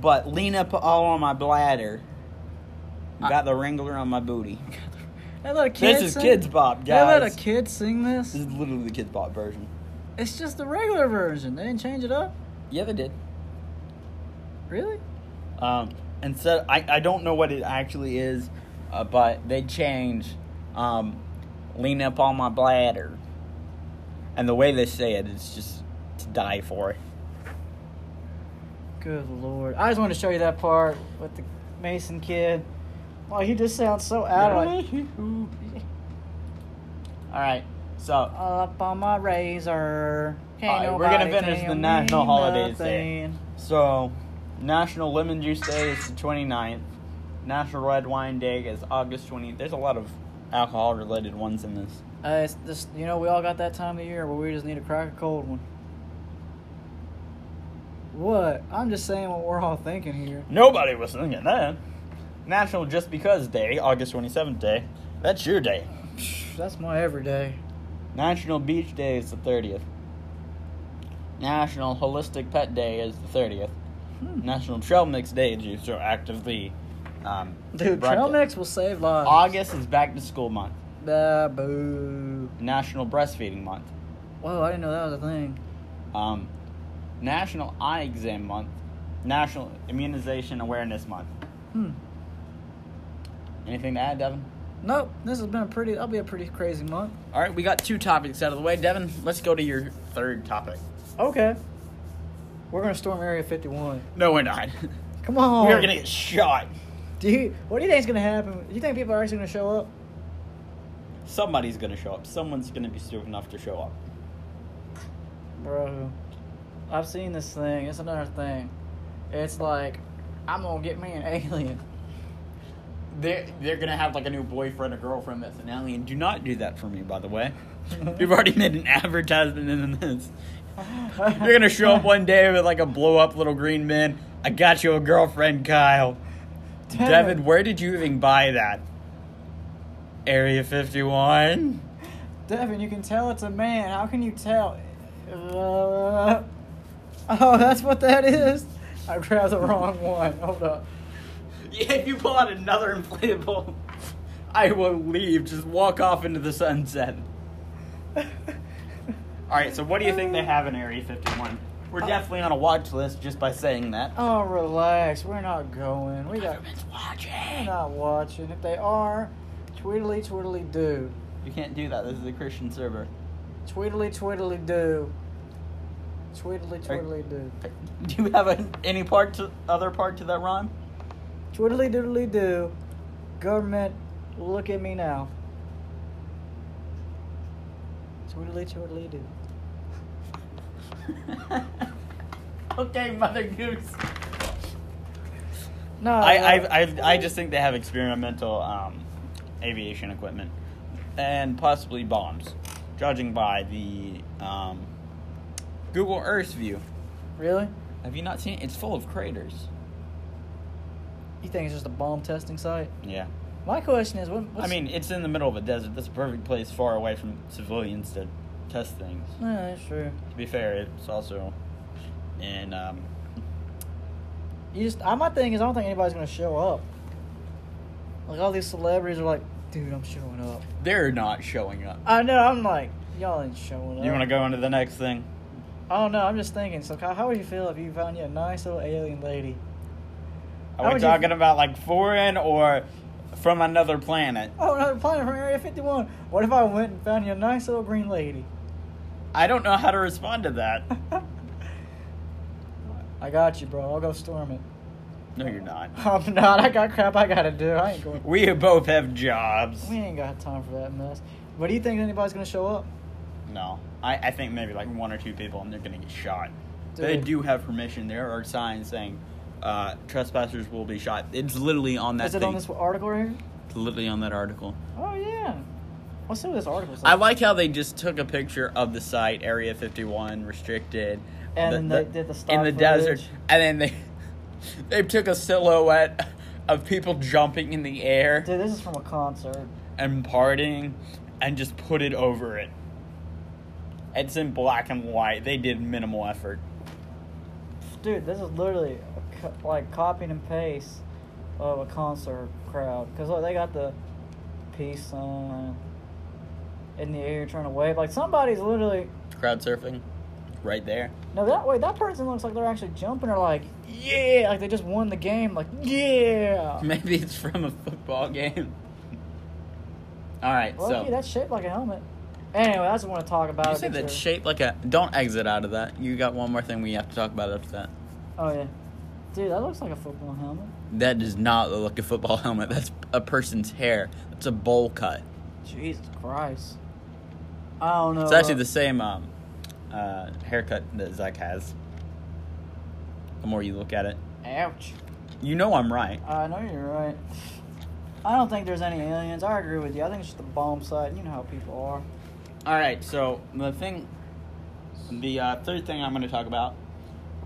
But lean up all on my bladder. Got the Wrangler on my booty.
They let a kid
This is
sing-
Kids Bob,
They let a
guys.
kid sing this.
This is literally the Kids Bob version.
It's just the regular version. They didn't change it up.
Yeah, they did.
Really?
Um, instead, I, I don't know what it actually is, uh, but they changed um, lean up on my bladder. And the way they say it, it's just to die for.
Good lord. I just wanted to show you that part with the Mason kid. Oh, he just sounds so out of it.
All right, so
Up on my razor. Can't
All right, we're gonna
nobody
finish
tell
the
me
national holidays
nothing.
So, National Lemon Juice Day is the 29th. National Red Wine Day is August 20th. There's a lot of alcohol related ones in this.
Uh, it's just you know we all got that time of the year where we just need to crack a cold one. What? I'm just saying what we're all thinking here.
Nobody was thinking that. National Just Because Day, August 27th day. That's your day.
Psh, That's my everyday.
National Beach Day is the 30th. National Holistic Pet Day is the 30th.
Hmm.
National Trail Mix Day is you so actively. Um,
Dude,
broadca-
trail mix will save lives.
August is Back to School Month.
Bah, boo.
National Breastfeeding Month.
Whoa, I didn't know that was a thing.
Um, National Eye Exam Month. National Immunization Awareness Month.
Hmm.
Anything to add, Devin?
Nope. This has been a pretty. That'll be a pretty crazy month.
All right, we got two topics out of the way. Devin, let's go to your third topic.
Okay. We're gonna storm Area 51.
No, we're not.
Come on.
we are gonna get shot.
Do you? What do you think's gonna happen? Do you think people are actually gonna show up?
Somebody's gonna show up. Someone's gonna be stupid enough to show up.
Bro, I've seen this thing. It's another thing. It's like, I'm gonna get me an alien.
They're, they're gonna have like a new boyfriend or girlfriend that's an alien. Do not do that for me, by the way. You've already made an advertisement in this. You're gonna show up one day with like a blow up little green man. I got you a girlfriend, Kyle.
Devin.
Devin, where did you even buy that? Area 51?
Devin, you can tell it's a man. How can you tell? Uh, oh, that's what that is? I grabbed the wrong one. Hold up.
Yeah, if you pull out another inflatable, I will leave. Just walk off into the sunset. All right, so what do you think they have in Area 51? We're definitely on a watch list just by saying that.
Oh, relax. We're not going. We got. We're
watching.
not watching. If they are, tweedly tweedly do.
You can't do that. This is a Christian server.
Tweedly tweedly do. Tweedly tweedly do.
Do you have a, any part to other part to that, Ron?
Twiddly doodly do. Government, look at me now. Twiddly twiddly do.
okay, Mother Goose.
No,
I,
uh,
I, I, I just think they have experimental um, aviation equipment and possibly bombs, judging by the um, Google Earth view.
really?
Have you not seen it? It's full of craters.
You think it's just a bomb testing site?
Yeah.
My question is, what, what's,
I mean, it's in the middle of a desert. That's a perfect place far away from civilians to test things.
yeah, that's true.
To be fair, it's also in um,
You just, I, my thing is, I don't think anybody's gonna show up. Like all these celebrities are like, dude, I'm showing up.
they're not showing up.
I know. I'm like, y'all ain't showing up.
You want to go on to the next thing?
I don't know. I'm just thinking. So, Kyle, how would you feel if you found you a nice little alien lady? How
Are we
would you-
talking about like foreign or from another planet?
Oh, another planet from Area 51. What if I went and found you a nice little green lady?
I don't know how to respond to that.
I got you, bro. I'll go storm it.
No, you're not.
I'm not. I got crap I gotta do. I ain't going.
We both have jobs.
We ain't got time for that mess. But do you think anybody's gonna show up?
No, I, I think maybe like one or two people, and they're gonna get shot. They
Dude.
do have permission. There are signs saying uh, trespassers will be shot. It's literally on that
Is it
thing.
on this article right here?
It's literally on that article.
Oh yeah. Let's see what this article says.
I like how they just took a picture of the site, Area 51, restricted,
And
the-
then
the-
they did the stock
in the
footage.
desert, and then they they took a silhouette of people jumping in the air
Dude, this is from a concert.
and partying, and just put it over it. It's in black and white. They did minimal effort.
Dude, this is literally a co- like copying and paste of a concert crowd. Cause look, they got the peace sign in the air trying to wave. Like somebody's literally
Crowd surfing, right there.
no that way. That person looks like they're actually jumping or like yeah, like they just won the game. Like yeah.
Maybe it's from a football game. All right,
Well,
so
that's shaped like a helmet. Anyway, I just want to talk about
you
it.
said that's
because-
shaped like a. Don't exit out of that. You got one more thing we have to talk about after that.
Oh yeah, dude, that looks like a football helmet.
That does not look like a football helmet. That's a person's hair. That's a bowl cut.
Jesus Christ. I don't know.
It's actually
uh,
the same um, uh, haircut that Zach has. The more you look at it,
Ouch.
you know I'm right.
I know you're right. I don't think there's any aliens. I agree with you. I think it's just a bomb site. You know how people are.
All right, so the thing, the uh, third thing I'm going to talk about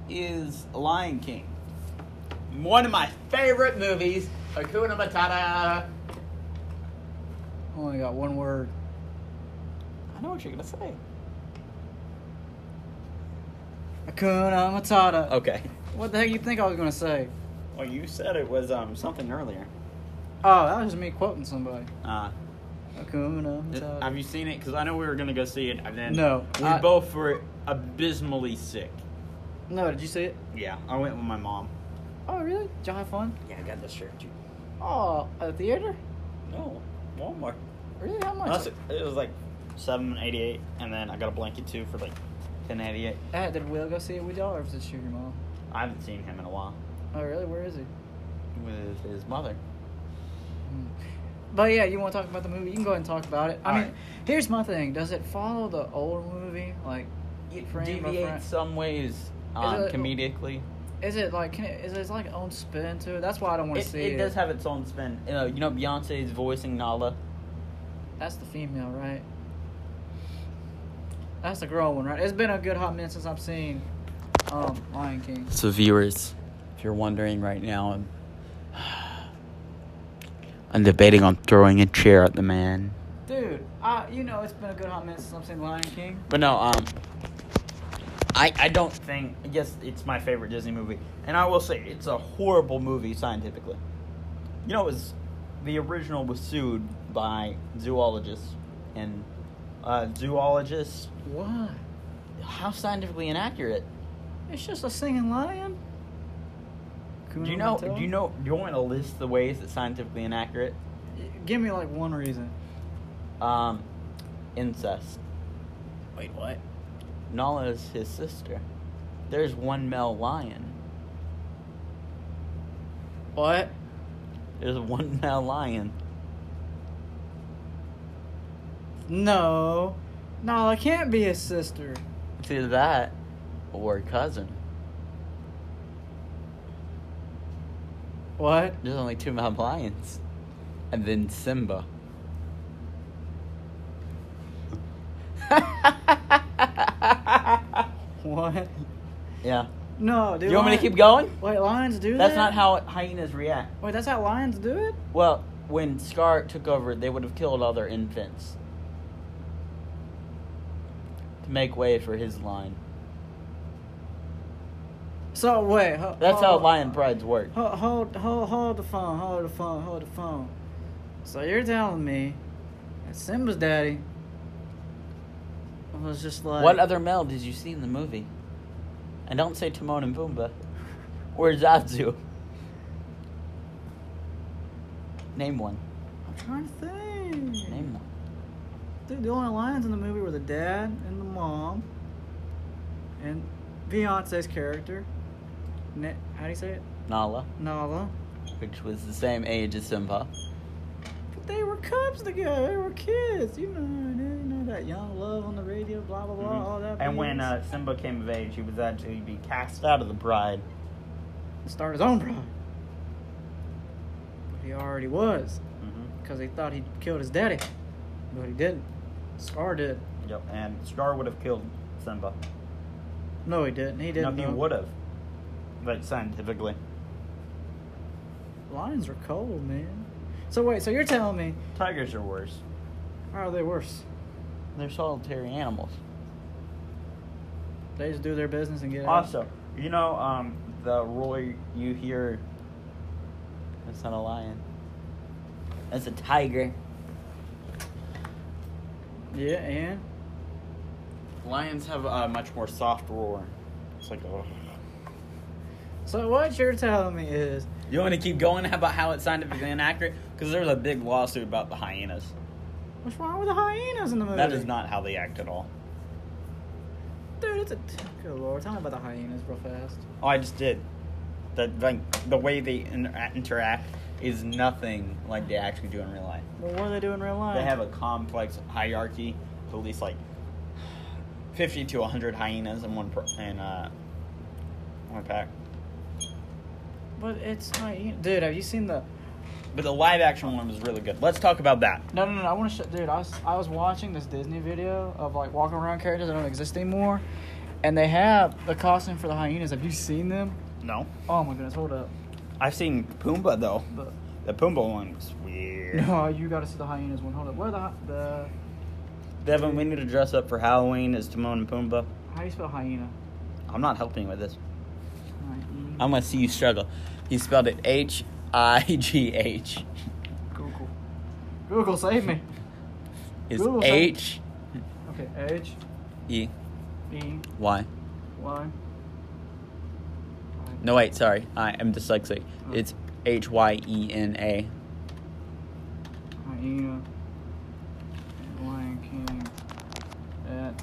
is Lion King. One of my favorite movies, Hakuna Matata.
Only got one word.
I know what you're going to say.
Akuna Matata.
Okay.
What the heck you think I was gonna say?
Well, you said it was um, something earlier.
Oh, that was just me quoting somebody.
Uh,
Akuna Matata.
have you seen it? Because I know we were going to go see it, and then
No,
we
I-
both were abysmally sick.
no, did you see it?
Yeah, I went with my mom.
Oh, really? Did y'all have fun?
Yeah, I got the shirt too.
Oh, at the theater?
No, Walmart.
Really? How much?
Unless it, it was like seven eighty eight, and then I got a blanket too for like ten eighty eight.
Eh, did Will go see it with y'all, or was it you and your mom?
I haven't seen him in a while
Oh, really? Where is he?
with his mother.
Mm. But yeah, you want to talk about the movie? You can go ahead and talk about it. I
All
mean,
right.
here's my thing: Does it follow the old movie? Like,
It
Frame by frame.
deviates some ways um,
it-
comedically.
is it like can it, is it like its own spin to it? That's why I don't want to
It,
see
it
it.
does have its own spin. You know, you know Beyonce is voicing Nala.
That's the female, right? That's the girl one, right? It's been a good hot minute since I've seen um, Lion King.
So viewers, if you're wondering right now, I'm, I'm debating on throwing a chair at the man.
Dude, I you know it's been a good hot minute since I've seen Lion King.
But no, um, I I don't think. Yes, it's my favorite Disney movie, and I will say it's a horrible movie scientifically. You know, it was the original was sued by zoologists, and uh, zoologists
Why?
how scientifically inaccurate.
It's just a singing lion.
Do you know?
Kumamoto?
Do you know? Do you want to list the ways that scientifically inaccurate?
Give me like one reason.
Um, incest.
Wait, what?
Nala is his sister. There's one male lion.
What?
There's one male lion.
No. No, it can't be his sister.
It's either that or cousin.
What?
There's only two Mount Lions. And then Simba.
What?
yeah.
No, dude.
you want me to
lion-
keep going?
Wait, lions do
That's
that?
not how hyenas react.
Wait, that's how lions do it?
Well, when Scar took over, they would have killed all their infants to make way for his line.
So wait. Ho-
That's how
hold-
lion prides work.
Hold, hold, hold, hold the phone. Hold the phone. Hold the phone. So you're telling me that Simba's daddy was just like
What other male did you see in the movie? And don't say Timon and Pumbaa or Zazu. Name one.
I'm trying to think.
Name one.
Dude, the only lions in the movie were the dad and the mom, and Beyonce's character. Ne- how do you say it?
Nala,
Nala.
which was the same age as Simba.
But they were cubs together. They were kids. You know, you know that young love on the radio, blah blah blah, all that.
Mm-hmm. And when
BS.
uh, Simba came of age, he was actually be cast out of the bride. uh,
start his own bride, but he already was
Mm-hmm.
because he thought he killed his daddy, but he didn't. Scar did.
Yep. And Scar would have killed Simba.
No, he didn't. He didn't.
no,
know.
he would have. Like scientifically.
Lions are cold, man. So wait, so you're telling me?
Tigers are worse.
How are they worse?
They're solitary animals.
They just do their business and get out.
Also, you know um, the roar you hear. That's not a lion. That's a tiger.
Yeah, and
Lions have a much more soft roar. It's like, oh.
so what you're telling me is
You want to keep going about how it's scientifically inaccurate? Because there was a big lawsuit about the hyenas.
what's wrong with the hyenas in the movie?
That is not how they act at all.
Dude, it's a good lord. Tell me about the hyenas real fast.
Oh, I just did. The like the way they inter- interact is nothing like they actually do in real life.
Well, what do they do in real life?
They have a complex hierarchy, of at least like fifty to hundred hyenas in one per- in uh, one pack.
But it's hyena. Dude, have you seen the?
But the live action one was really good. Let's talk about that.
No, no, no. I want to show. Dude, I was I was watching this Disney video of like walking around characters that don't exist anymore, and they have the costume for the hyenas. Have you seen them?
No,
Oh my goodness, hold up.
I've seen Pumbaa though.
But
The Pumbaa one was weird.
no, you got to see the hyenas one. Hold up. Where are the hy- the
Devin, we need to dress up for Halloween as Timon and Pumbaa.
how do you spell hyena?
I'm not helping with this.
Hyena.
I'm gonna see you struggle. He spelled it H I G H.
Google. Google, save me.
It's
Google something.
H
Okay, H
E
E
Y.
Y.
No, wait, sorry. I am dyslexic. It's H Y E N A.
Hyena. Lion King. At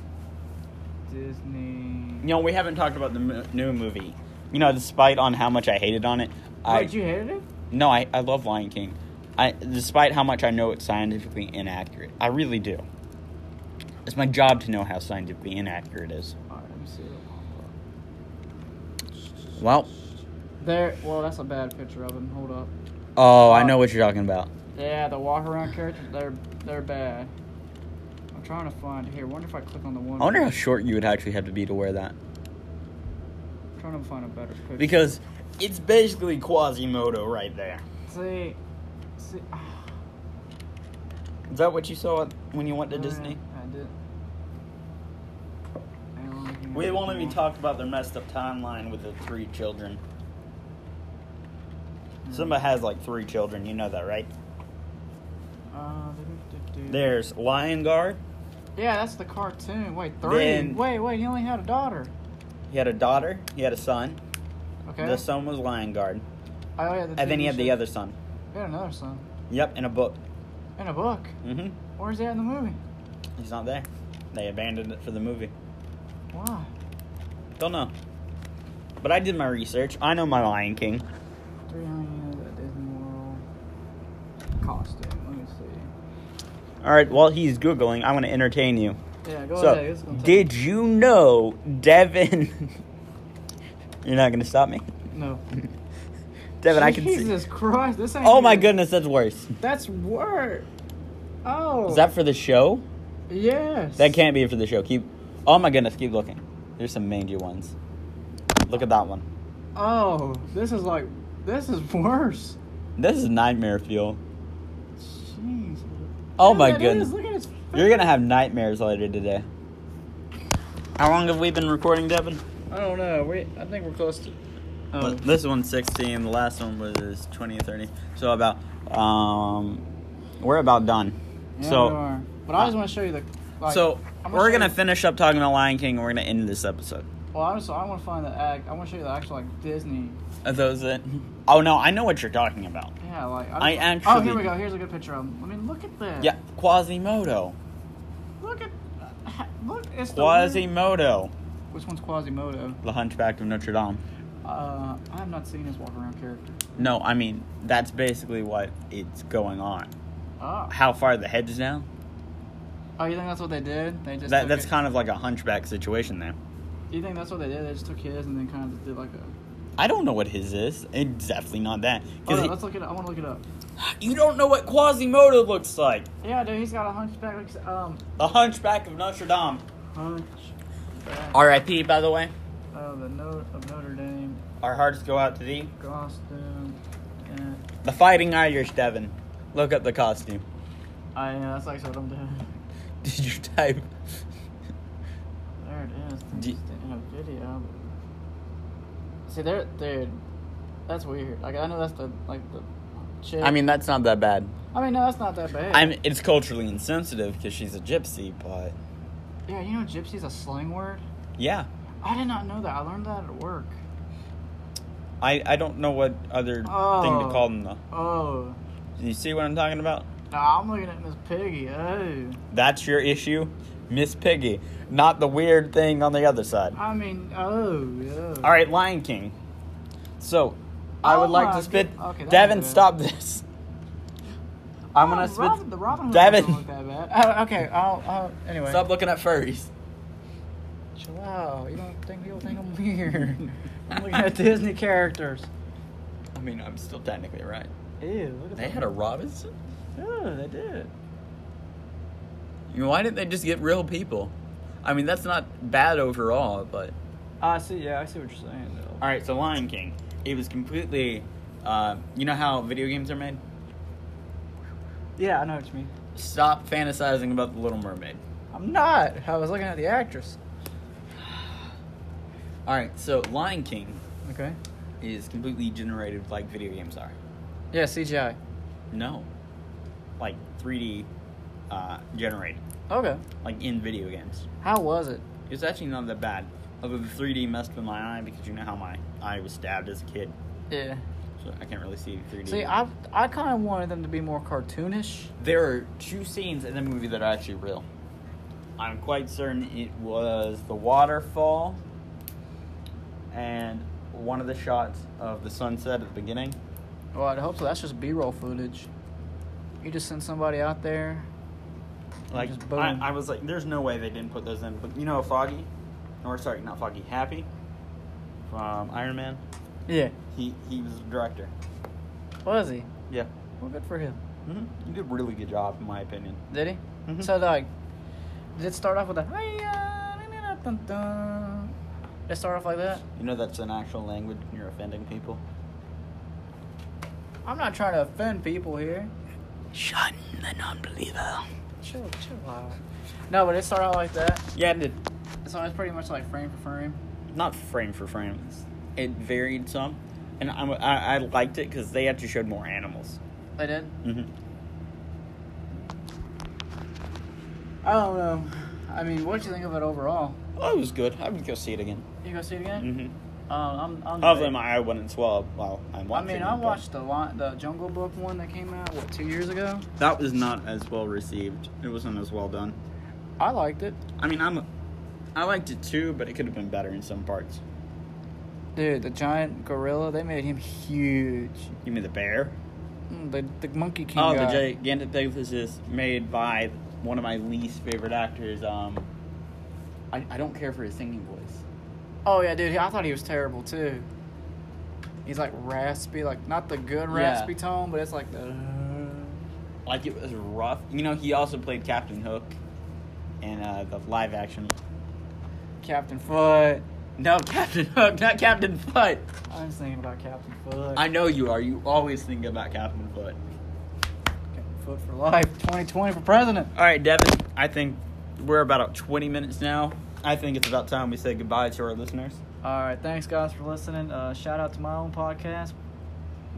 Disney.
You know, we haven't talked about the mo- new movie. You know, despite on how much I hated on it, I
Wait, you hated it?
no, I, I love Lion King. I despite how much I know it's scientifically inaccurate, I really do. It's my job to know how scientifically inaccurate it is.
Alright, let me see. it.
Well,
There. Well, that's a bad picture of him. Hold up.
oh, I know what you're talking about.
Yeah, the walk around characters, they're they're bad. I'm trying to find here. Wonder if I click on the one.
I wonder how short you would actually have to be to wear that.
I'm trying to find a better picture.
Because it's basically Quasimodo right there.
see, see. ah,
Is that what you saw when you went to
man,
Disney?
I did. Hang on, let me-
We won't even talk about their messed up timeline with the three children.
Hmm.
Simba has like three children, you know that, right?
Uh, do-do-do-do.
There's Lion Guard,
Yeah, that's the cartoon. Wait, three.
Then-
wait, wait. He only had a daughter.
he had a daughter, he had a son.
Okay.
The son was Lion Guard.
oh, yeah, the
And then he
TV
had the
show.
other son.
He had another son.
Yep, in a book.
In a book.
Mm-hmm.
Where's that in the movie?
He's not there. They abandoned it for the movie.
Why?
Don't know. But I did my research. I know my Lion King.
Three hyenas at Disney World. Costume. Let me see.
Alright, while he's Googling, I want to entertain you.
Yeah, go
So,
ahead. It's gonna take-
did you know Devin? You're not gonna stop me,
No.
Devin. I can see.
Jesus Christ, this ain't.
Oh my
even-
goodness, that's worse.
That's word. Oh.
Is that for the show?
Yes.
That can't be for the show. Keep. Oh my goodness, keep looking. There's some mangy ones. Look at that one.
Oh, this is like, this is worse.
This is nightmare fuel.
Jeez.
Oh
Look
my
at this,
goodness.
Look at his
You're gonna have nightmares later today. How long have we been recording, Devin?
I don't know. We, I think we're close to. Oh,
But This one's 16. The last one was 20 or 30. So about, um, we're about done.
yeah,
so,
we are. but I just want to show you the. Like,
so
I'm
we're
show you-
gonna finish up talking about Lion King, and we're gonna end this episode.
Well, I just I want to find the act. I want to show you the actual like Disney.
Are those it? Oh no, I know what you're talking about.
Yeah, like
I
just- Oh,
actually-
here we go. Here's a good picture of him. I mean, look at this.
Yeah, Quasimodo.
Look at. Look, it's the weird-
Quasimodo,
Which one's Quasimodo?
the Hunchback of Notre Dame.
Uh, I have not seen his walk around character.
No, I mean that's basically what it's going on.
Oh.
How far the head's down?
oh, you think that's what they did? They just.
That,
took
that's
it-
kind of like a Hunchback situation there.
You think that's what they did? They just took his and then kind of just did like a.
I don't know what his is. It's definitely not that.
Hold
Because
on, let's look it up. I want to look it up.
you don't know what Quasimodo looks like.
Yeah, dude, he's got a hunchback. Like, um,
The Hunchback of Notre Dame.
hunchback
R.I.P. By the way,
of the note of Notre Dame,
our hearts go out to thee.
costume. And oh,
The Fighting Irish, Devin. Look up the costume.
I know that's actually what I'm doing.
Did you type?
There it is.
Do-
Just in a video. See, there, dude. That's weird. Like, I know that's the like the. Chick.
I mean, that's not that bad.
I mean, no, that's not that bad.
I'm. It's culturally insensitive because she's a gypsy, but
Yeah, you know, gypsy's a slang word.
yeah,
I did not know that. I learned that at work.
I I don't know what other thing
Oh.
to call them though.
Oh,
You see what I'm talking about?
nah, I'm looking at Miss Piggy. Oh,
That's your issue, Miss Piggy, not the weird thing on the other side.
I mean, oh, yeah.
All right, Lion King. So, I would
Oh
like
my
to spit.
good- okay, that
Devin,
was good.
stop this. I'm gonna
Oh,
spit.
Robin, the Robin Hood
Devin.
doesn't look that bad. Oh, okay. I'll, I'll anyway.
Stop looking at furries.
Chill out. You don't think people think I'm weird? I'm looking at Disney characters.
I mean, I'm still technically right.
Ew. Look at
They
that.
had a Robinson.
Yeah, they did.
I mean, Why didn't they just get real people? I mean, that's not bad overall, but.
I see. Yeah, I see what you're saying though.
All right, so Lion King. It was completely. Uh, you know how video games are made?
Yeah, I know what you mean.
Stop fantasizing about the Little Mermaid.
I'm not. I was looking at the actress.
All right, so Lion King
Okay.
is completely generated like video games are.
Yeah, CGI.
No, like 3D uh, generated,
Okay.
like in video games.
How was it?
It's actually not that bad. Although the 3D messed with my eye because you know how my eye was stabbed as a kid,
Yeah.
so I can't really see 3D.
See, I I kind of wanted them to be more cartoonish.
There are two scenes in the movie that are actually real. I'm quite certain it was the waterfall and one of the shots of the sunset at the beginning.
Well, I'd hope so. That's just B-roll footage. You just send somebody out there.
Like
Just boom.
I, I was like, there's no way they didn't put those in. But you know, Foggy, or sorry, not Foggy, Happy from Iron Man.
Yeah.
He he was the director.
Was he?
Yeah,
Well, good for him.
hmm he did a really good job in my opinion.
Did he?
Mhm.
So like, did it start off with a? "Hi-ya, dun-dun-dun, dun-dun." Did it start off like that?
You know that's an actual language, and you're offending people.
I'm not trying to offend people here.
Shun the non-believer.
Chill, chill out. No, but it started out like that.
Yeah, it did.
So it's pretty much like frame for frame.
not frame for frame. It varied some, and I I, I liked it because they actually showed more animals.
They did.
hmm
I don't know. I mean, what do you think of it overall?
Oh, it was good. I would go see it again.
You go see it again?
Mm-hmm.
Um, I'm. I'm
Hopefully, my eye wouldn't swell while I'm
I
watching.
mean,
it,
I
but-
watched the li- the Jungle Book one that came out what two years ago.
That was not as well received. It wasn't as well done.
I liked it,
I mean, I'm. I liked it too, but it could have been better in some parts.
dude. The giant gorilla, they made him huge.
You mean the bear?
Mm, The the monkey king.
oh, the
guy.
gigantic Pegasus is made by one of my least favorite actors. Um, I, I don't care for his singing voice.
Oh yeah, dude. I thought he was terrible too. He's like raspy, like not the good
Yeah.
raspy tone, but it's like the. uh,
like it was rough. You know, he also played Captain Hook in uh, the live action.
Captain Foot.
No, Captain Hook, not Captain Foot.
I was thinking about Captain Foot.
I know you are. You always think about Captain Foot.
Captain Foot for life. 2020 for president.
All right, Devin. I think we're about at 20 minutes now. I think it's about time we say goodbye to our listeners.
All right, thanks guys for listening. Uh, shout out to my own podcast,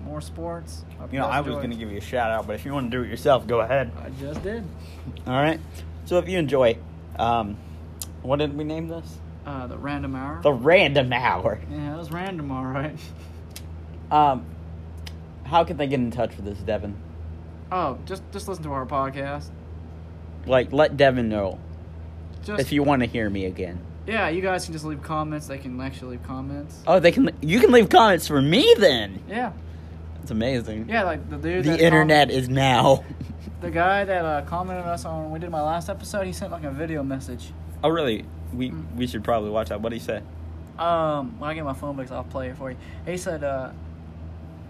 more sports. Hope
You know,
guys
I was
enjoy.
going to give you a shout out, but if you want to do it yourself, go ahead.
I just did.
All right. So if you enjoy, um, what did we name this?
Uh, the random hour.
The Random Hour.
yeah, it was random, all right.
Um, how can they get in touch with us, Devin?
Oh, just just listen to our podcast.
Like, let Devin know
Just
if you want to hear me again.
yeah, you guys can just leave comments. They can actually leave comments.
Oh, they can. You can leave comments for me then.
Yeah,
It's amazing.
yeah, like the dude.
the
that
internet is now.
comment- the guy that uh, commented us on when we did my last episode, he sent like a video message.
oh, really? We
Mm.
we should probably watch that. What do you say?
Um, when I get my phone because I'll play it for you. He said, uh,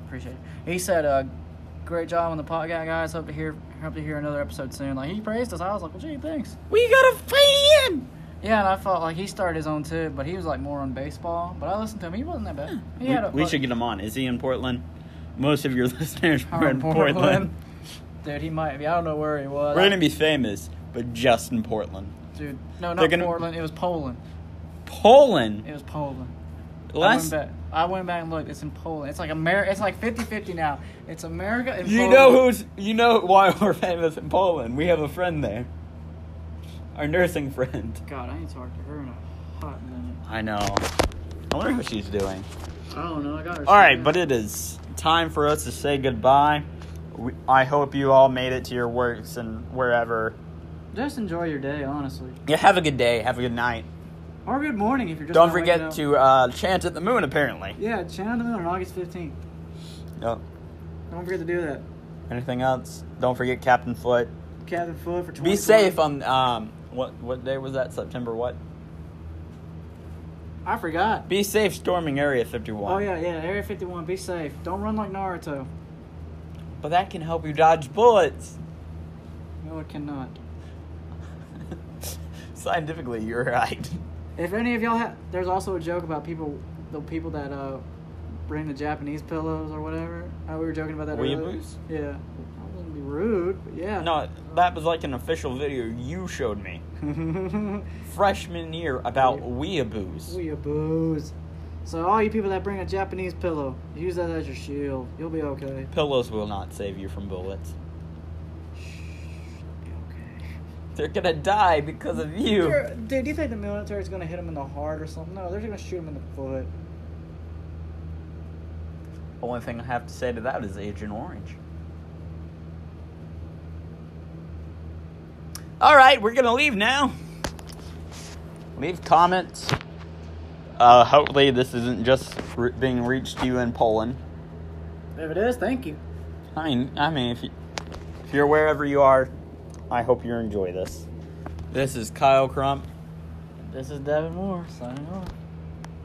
appreciate it. He said, uh, great job on the podcast, guys. Hope to hear, hope to hear another episode soon. Like he praised us. I was like, well, gee, thanks.
We got a fan.
Yeah, and I felt like he started his own too, but he was like more on baseball. But I listened to him. He wasn't that bad. He had a,
we, we
but-
should get him on. Is he in Portland? Most of your listeners
Or
were in Portland.
Dude, he might be. I don't know where he was.
We're gonna be famous, but just in Portland.
Dude, no,
They're
not
gonna-
Portland. It was Poland.
Poland.
It was Poland.
Last,
I went back. I went back and looked. It's in Poland. It's like America. It's like 50-50 now. It's America and
you
Poland.
know who's you know why we're famous in Poland. We have a friend there. Our nursing friend.
God, I ain't talked to her in a hot minute.
I know. I wonder how she's doing.
I don't know. I got her.
All right, but it is time for us to say goodbye. We, I hope you all made it to your works and wherever.
just enjoy your day, honestly,
Yeah, have a good day. Have a good night.
or good morning if you're just.
Don't
not waking
forget
up.
to uh, chant at the moon. Apparently.
Yeah, channel the moon on August 15th.
Oh,
Don't forget to do that.
anything else? Don't forget Captain Foot.
Captain Foot for 20.
Be safe on um what what day was that? September what?
I forgot.
Be safe storming Area 51.
Oh yeah, yeah. Area 51. Be safe. Don't run like Naruto.
But that can help you dodge bullets.
No, it cannot.
Scientifically, you're right.
If any of y'all have, there's also a joke about people, the people that uh, bring the Japanese pillows or whatever. Uh, we were joking about that. earlier.
Weeaboos?
Yeah. I wouldn't be rude, but yeah.
No, that was like an official video you showed me.
No.
Freshman year about weeaboos.
Weeaboos. So all you people that bring a Japanese pillow, use that as your shield. You'll be okay.
Pillows will not save you from bullets.
Be okay.
They're gonna die because of you.
Sure, Dude, do you think the military's gonna hit him in the heart or something? No, they're just gonna shoot him in the foot.
Only thing I have to say to that is Agent Orange. All right, we're gonna leave now. Leave comments. Uh, hopefully, this isn't just re- being reached to you in Poland.
If it is, thank you.
I mean, I mean, if, you, if you're wherever you are, I hope you enjoy this. This is Kyle Crump.
This is Devin Moore signing off.